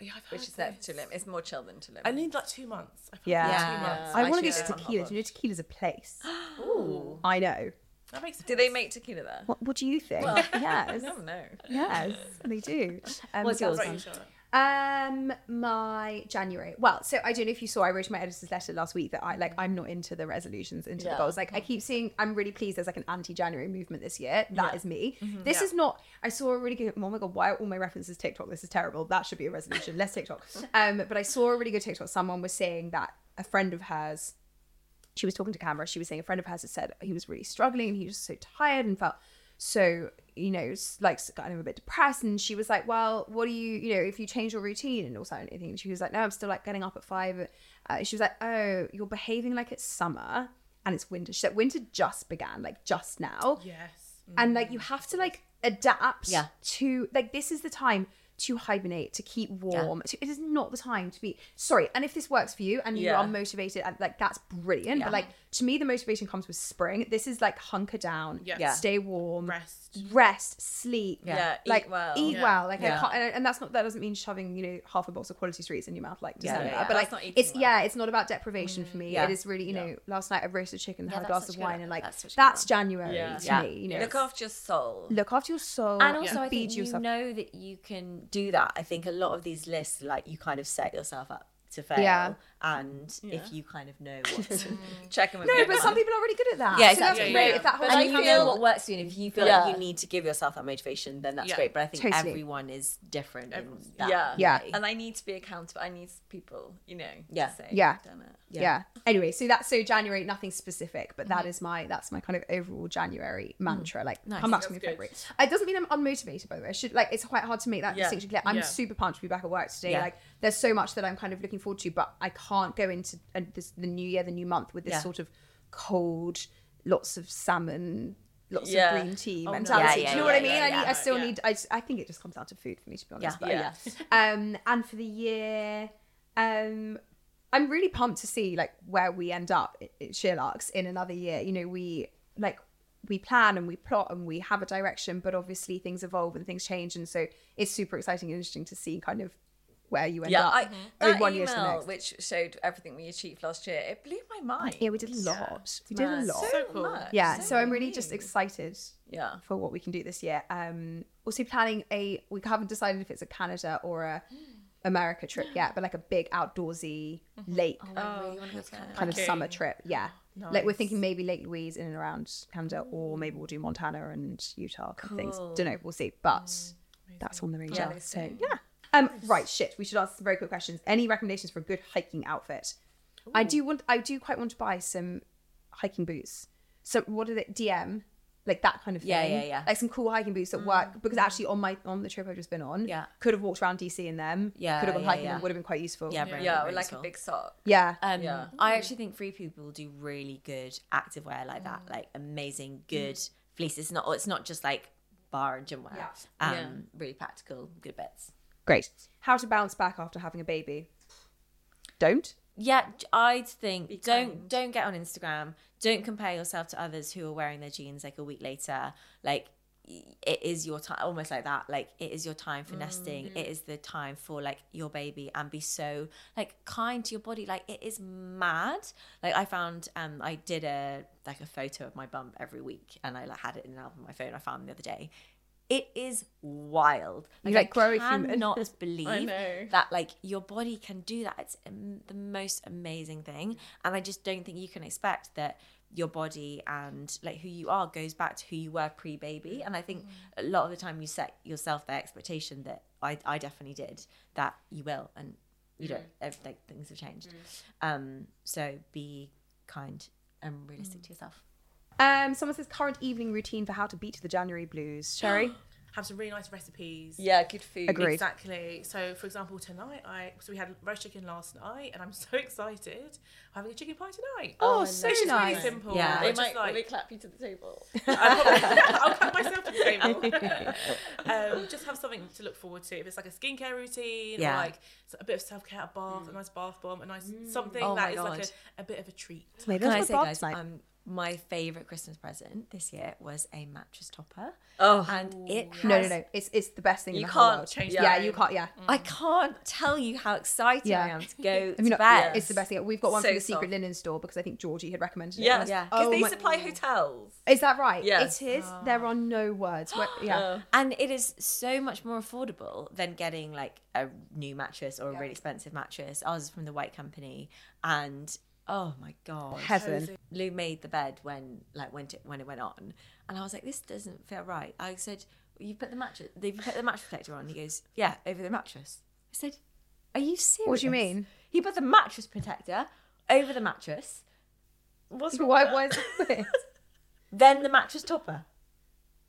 [SPEAKER 5] yeah, I've
[SPEAKER 6] Which
[SPEAKER 5] heard
[SPEAKER 6] is next
[SPEAKER 5] this.
[SPEAKER 6] to Tulum. It's more chill than Tulum.
[SPEAKER 5] I need like two months. I
[SPEAKER 3] Yeah.
[SPEAKER 5] yeah.
[SPEAKER 4] Yeah.
[SPEAKER 5] Two months.
[SPEAKER 3] I
[SPEAKER 6] I
[SPEAKER 3] want to go
[SPEAKER 6] should
[SPEAKER 3] to
[SPEAKER 6] go to
[SPEAKER 3] tequila.
[SPEAKER 6] Hotbox.
[SPEAKER 3] Do you know tequila's a place? Ooh. I know.
[SPEAKER 5] That makes sense.
[SPEAKER 6] Do they make tequila there?
[SPEAKER 3] What, what do you think? yes.
[SPEAKER 6] No.
[SPEAKER 3] Yes, they do. Um,
[SPEAKER 4] What's
[SPEAKER 3] so-
[SPEAKER 4] yours?
[SPEAKER 5] Right, you sure.
[SPEAKER 3] Um, my January. Well, so I don't know if you saw, I wrote in my editor's letter last week that I like I'm not into the resolutions, into the goals. Like I keep seeing, I'm really pleased. There's like an anti-January movement this year. That is me. This is not. I saw a really good. Oh my god, why are all my references TikTok? This is terrible. That should be a resolution. Less TikTok. Um, but I saw a really good TikTok. Someone was saying that a friend of hers she was talking to camera. She was saying a friend of hers had said he was really struggling and he was just so tired and felt so, you know, s- like s- kind of a bit depressed. And she was like, Well, what do you, you know, if you change your routine and also anything? And she was like, No, I'm still like getting up at five. Uh, she was like, Oh, you're behaving like it's summer and it's winter. She said, Winter just began, like just now
[SPEAKER 5] Yes.
[SPEAKER 6] Mm.
[SPEAKER 3] and like you have to like adapt
[SPEAKER 4] Yeah.
[SPEAKER 3] to like this is the time to hibernate to keep warm to, it is not the time to be sorry and if this works for you and you
[SPEAKER 6] Yeah.
[SPEAKER 3] are motivated and like that's brilliant but like to me the motivation comes with spring this is like hunker down
[SPEAKER 5] Yeah. Yeah.
[SPEAKER 3] stay warm
[SPEAKER 5] Rest.
[SPEAKER 3] rest, sleep
[SPEAKER 6] Yeah, eat
[SPEAKER 3] like
[SPEAKER 6] well.
[SPEAKER 3] eat
[SPEAKER 5] Yeah.
[SPEAKER 3] well like
[SPEAKER 6] Yeah.
[SPEAKER 3] I can't, and- and that's not that doesn't mean shoving you know half a box of quality streets in your mouth like December
[SPEAKER 6] yeah.
[SPEAKER 3] but
[SPEAKER 6] That's
[SPEAKER 3] like
[SPEAKER 6] not eating
[SPEAKER 3] it's
[SPEAKER 6] well. Mm,
[SPEAKER 3] yeah it's not about deprivation for me
[SPEAKER 6] Yeah.
[SPEAKER 3] it is really you know last night I roasted chicken had a
[SPEAKER 4] that's
[SPEAKER 3] glass of
[SPEAKER 4] such a good-
[SPEAKER 3] wine and like
[SPEAKER 4] that's
[SPEAKER 3] that's,
[SPEAKER 4] such a good one.
[SPEAKER 3] January
[SPEAKER 6] Yeah.
[SPEAKER 3] to
[SPEAKER 6] Yeah.
[SPEAKER 3] me you know
[SPEAKER 6] Look after your soul.
[SPEAKER 3] look after your soul
[SPEAKER 4] and also, I
[SPEAKER 3] feed
[SPEAKER 4] think
[SPEAKER 3] yourself.
[SPEAKER 4] you know that you can do that. I think a lot of these lists, like you kind of set yourself up to fail.
[SPEAKER 3] Yeah.
[SPEAKER 4] And if you kind of know what to
[SPEAKER 6] Check them with
[SPEAKER 3] no,
[SPEAKER 6] your
[SPEAKER 3] but
[SPEAKER 6] mum.
[SPEAKER 3] some people are really good at that.
[SPEAKER 4] Yeah,
[SPEAKER 3] So that's
[SPEAKER 4] exactly.
[SPEAKER 3] great.
[SPEAKER 5] Yeah.
[SPEAKER 3] If that whole
[SPEAKER 4] and
[SPEAKER 6] I
[SPEAKER 4] you know
[SPEAKER 6] feel-
[SPEAKER 4] what works for you. And if you feel
[SPEAKER 6] Yeah.
[SPEAKER 4] like you need to give yourself that motivation, then that's
[SPEAKER 5] Yeah.
[SPEAKER 4] great. But I think
[SPEAKER 3] Totally.
[SPEAKER 4] everyone is different. in
[SPEAKER 5] Everyone's-
[SPEAKER 4] that
[SPEAKER 6] Yeah.
[SPEAKER 3] Yeah.
[SPEAKER 4] way.
[SPEAKER 6] And I need to be accountable. I need people, you know,
[SPEAKER 4] Yeah.
[SPEAKER 6] to say,
[SPEAKER 3] Yeah.
[SPEAKER 6] I've done it.
[SPEAKER 3] yeah. Anyway, so that's so January, nothing specific, but
[SPEAKER 6] Mm-hmm.
[SPEAKER 3] that is my that's my kind of overall January mantra.
[SPEAKER 6] Mm.
[SPEAKER 3] Like come back to me in February. It doesn't mean I'm unmotivated, by the way. I should like it's quite hard to make that distinction clear. I'm
[SPEAKER 5] Yeah.
[SPEAKER 3] super pumped to be back at work today.
[SPEAKER 4] Yeah.
[SPEAKER 3] Like there's so much that I'm kind of looking forward to, but I can't go into uh, this, the new year, the new month with this
[SPEAKER 4] Yeah.
[SPEAKER 3] sort of cold, lots of salmon. Lots
[SPEAKER 6] Yeah.
[SPEAKER 3] of green tea mentality.
[SPEAKER 4] Oh, Yeah,
[SPEAKER 3] Do you know
[SPEAKER 4] yeah,
[SPEAKER 3] what I
[SPEAKER 4] yeah,
[SPEAKER 3] mean?
[SPEAKER 4] yeah,
[SPEAKER 3] I, need,
[SPEAKER 4] yeah.
[SPEAKER 3] I still
[SPEAKER 5] Yeah.
[SPEAKER 3] need. I, s- I think it just comes down to food for me, to be honest.
[SPEAKER 4] Yeah.
[SPEAKER 3] but yeah. Um, and for the year, um, I'm really pumped to see like where we end up i- at Sherlock's in another year. You know, we like we plan and we plot and we have a direction, but obviously things evolve and things change, and so it's super exciting and interesting to see kind of where you end
[SPEAKER 6] Yeah,
[SPEAKER 3] up
[SPEAKER 6] I,
[SPEAKER 3] in
[SPEAKER 6] that
[SPEAKER 3] one year to the
[SPEAKER 6] email
[SPEAKER 3] next.
[SPEAKER 6] which showed everything we achieved last year, it blew my mind.
[SPEAKER 3] Yeah, we did a lot. We did a
[SPEAKER 6] Mad.
[SPEAKER 3] lot.
[SPEAKER 5] So cool.
[SPEAKER 6] much.
[SPEAKER 3] yeah, so I'm
[SPEAKER 6] many
[SPEAKER 3] really just
[SPEAKER 6] things.
[SPEAKER 3] excited
[SPEAKER 6] Yeah.
[SPEAKER 3] for what we can do this year. Um, also planning a we haven't decided if it's a Canada or a America trip yet, but like a big outdoorsy lake kind of summer trip. Yeah. Like we're thinking maybe Lake Louise in and around Canada, or maybe we'll do Montana and Utah kind of things. Don't know, we'll see. But that's on the radar. so Mm. yeah. Um, right, shit. We should ask some very quick questions. Any recommendations for a good hiking outfit? I do want. I do quite want to buy some hiking boots. So what are they? DM, like that kind of thing.
[SPEAKER 4] Yeah, yeah, yeah.
[SPEAKER 3] Like some cool hiking boots that work because actually on my on the trip I've just been on,
[SPEAKER 4] Yeah.
[SPEAKER 3] could have walked around DC in them.
[SPEAKER 4] Yeah,
[SPEAKER 3] could have gone
[SPEAKER 4] yeah,
[SPEAKER 3] hiking.
[SPEAKER 4] yeah.
[SPEAKER 3] and Would have been quite useful.
[SPEAKER 4] Yeah, very,
[SPEAKER 6] Yeah,
[SPEAKER 4] very
[SPEAKER 6] with like
[SPEAKER 4] useful.
[SPEAKER 6] a big sock.
[SPEAKER 3] yeah.
[SPEAKER 4] Um,
[SPEAKER 6] Yeah.
[SPEAKER 4] I actually think Free People do really good activewear like that, like amazing, good fleece. It's not, it's not just like bar and gym wear. Um, Really practical, good bits.
[SPEAKER 3] Great. How to bounce back after having a baby? Don't.
[SPEAKER 4] Yeah, j- I'd think don't don't get on Instagram. Don't compare yourself to others who are wearing their jeans like a week later. Like y- it is your time, almost like that. Like it is your time for nesting. It is the time for like your baby, and be so like kind to your body. Like it is mad. Like I found, um, I did a like a photo of my bump every week, and I like had it in an album on my phone. I found the other day. It is wild.
[SPEAKER 3] You, like, grow a
[SPEAKER 4] I
[SPEAKER 3] human.
[SPEAKER 4] cannot believe that like your body can do that. It's am- the most amazing thing, and I just don't think you can expect that your body and like who you are goes back to who you were pre-baby. And I think a lot of the time you set yourself that expectation that I, I definitely did that you will, and you don't. ev- Like things have changed, um, so be kind and realistic to yourself.
[SPEAKER 3] Um, someone says current evening routine for how to beat the January blues. Sherry,
[SPEAKER 5] Have some really nice recipes.
[SPEAKER 6] Yeah, good food.
[SPEAKER 3] agreed.
[SPEAKER 5] Exactly. So, for example, tonight I so we had roast chicken last night, and I'm so excited. I'm having a chicken pie tonight.
[SPEAKER 3] Oh, Oh, so
[SPEAKER 5] It's just
[SPEAKER 3] nice.
[SPEAKER 5] Really simple.
[SPEAKER 4] Yeah. They
[SPEAKER 5] It's just like-
[SPEAKER 6] clap you to the table.
[SPEAKER 5] I'll probably- I'll cut myself to the table. um, just have something to look forward to. If it's like a skincare routine,
[SPEAKER 4] Yeah.
[SPEAKER 5] or like s- a bit of self care, a bath, a nice bath bomb, a nice something
[SPEAKER 4] Oh my
[SPEAKER 5] that is like
[SPEAKER 4] God.
[SPEAKER 5] a, a bit of a treat.
[SPEAKER 3] maybe
[SPEAKER 4] Can I
[SPEAKER 3] that's
[SPEAKER 4] say,
[SPEAKER 3] what
[SPEAKER 4] guys,
[SPEAKER 3] Bob's like.
[SPEAKER 4] I'm my favorite Christmas present this year was a mattress topper.
[SPEAKER 6] Oh.
[SPEAKER 4] and it has,
[SPEAKER 3] No, no, no. It's it's the best thing.
[SPEAKER 4] You
[SPEAKER 3] in the whole
[SPEAKER 4] can't
[SPEAKER 3] world.
[SPEAKER 5] change
[SPEAKER 3] Yeah,
[SPEAKER 5] that.
[SPEAKER 3] you can't. Yeah,
[SPEAKER 4] I can't tell you how excited I
[SPEAKER 3] Yeah.
[SPEAKER 4] am to go
[SPEAKER 3] I
[SPEAKER 4] to
[SPEAKER 3] mean,
[SPEAKER 4] bed.
[SPEAKER 3] it's the best thing. We've got one
[SPEAKER 6] So
[SPEAKER 3] from the Secret
[SPEAKER 6] soft.
[SPEAKER 3] Linen store because I think Georgie had recommended it.
[SPEAKER 6] Yeah,
[SPEAKER 3] once.
[SPEAKER 4] Yeah.
[SPEAKER 6] Because
[SPEAKER 3] Oh
[SPEAKER 6] they
[SPEAKER 3] my-
[SPEAKER 6] supply hotels.
[SPEAKER 3] Is that right?
[SPEAKER 6] Yeah.
[SPEAKER 3] It is. There are no words. Where- yeah.
[SPEAKER 4] And it is so much more affordable than getting like a new mattress or a really expensive mattress. Ours is from the White Company, and oh my god,
[SPEAKER 3] Heaven.
[SPEAKER 4] Lou made the bed when like when it when it went on, and I was like, this doesn't feel right. I said, you put the mattress, they put the mattress protector on. He goes, yeah, over the mattress. I said, are you serious?
[SPEAKER 3] What do you mean?
[SPEAKER 4] He put the mattress protector over the mattress,
[SPEAKER 6] What's
[SPEAKER 3] Why? Why is it weird?
[SPEAKER 4] then the mattress topper.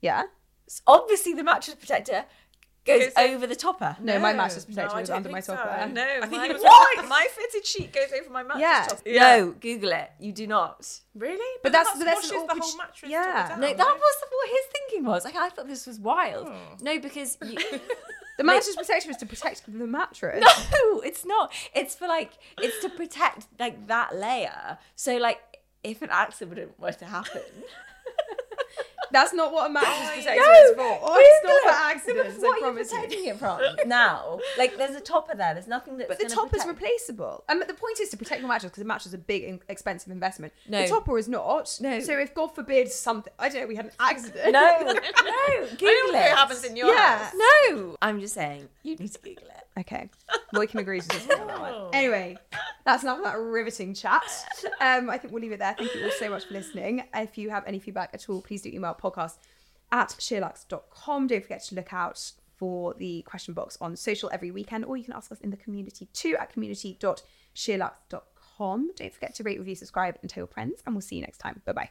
[SPEAKER 3] Yeah.
[SPEAKER 4] So obviously, the mattress protector goes over the topper.
[SPEAKER 3] No, my mattress protector
[SPEAKER 5] Oh, I
[SPEAKER 3] was
[SPEAKER 5] don't
[SPEAKER 3] under my
[SPEAKER 5] think so.
[SPEAKER 3] sofa.
[SPEAKER 6] No,
[SPEAKER 5] I think
[SPEAKER 6] my,
[SPEAKER 5] he was-
[SPEAKER 6] what? my fitted sheet goes over my mattress
[SPEAKER 3] Yeah.
[SPEAKER 6] top.
[SPEAKER 4] No, Google it. You do not.
[SPEAKER 5] Really?
[SPEAKER 3] But that's-
[SPEAKER 5] that
[SPEAKER 3] but that's an
[SPEAKER 5] squashes
[SPEAKER 3] awkward
[SPEAKER 5] the
[SPEAKER 3] sh-
[SPEAKER 5] whole mattress.
[SPEAKER 3] yeah.
[SPEAKER 5] Yeah.
[SPEAKER 4] No, that was what his thinking was. Like, I thought this was wild.
[SPEAKER 3] Oh.
[SPEAKER 4] No, because you,
[SPEAKER 3] The mattress protector is to protect the mattress.
[SPEAKER 4] no, it's not. It's for like it's to protect like that layer. So like, if an accident were to happen,
[SPEAKER 3] That's not what a mattress protector is for. Oh,
[SPEAKER 4] Google
[SPEAKER 3] it's not for accidents.
[SPEAKER 4] it.
[SPEAKER 3] I
[SPEAKER 4] No, but what are you
[SPEAKER 3] promise you.
[SPEAKER 4] protecting it from now? Like, there's a topper there. There's nothing that's.
[SPEAKER 3] But the
[SPEAKER 4] gonna
[SPEAKER 3] topper's
[SPEAKER 4] protect-
[SPEAKER 3] replaceable. And the point is to protect your mattress because the mattress is a big, in- expensive investment.
[SPEAKER 4] No.
[SPEAKER 3] The topper is not.
[SPEAKER 4] No.
[SPEAKER 3] So if God forbid something, I don't know, we had an accident.
[SPEAKER 4] No, no, Google
[SPEAKER 6] I don't know
[SPEAKER 4] it.
[SPEAKER 6] what happens in your
[SPEAKER 3] Yeah.
[SPEAKER 6] house.
[SPEAKER 4] No, I'm just saying you need to Google it.
[SPEAKER 3] Okay. Well, we can agree to disagree on that one. Anyway, that's enough of that riveting chat. Um, I think we'll leave it there. Thank you all so much for listening. If you have any feedback at all, please do email podcast at sheerlux.com. Don't forget to look out for the question box on social every weekend, or you can ask us in the community too at community.sheerlux.com. Don't forget to rate, review, subscribe, and tell your friends, and we'll see you next time. Bye bye.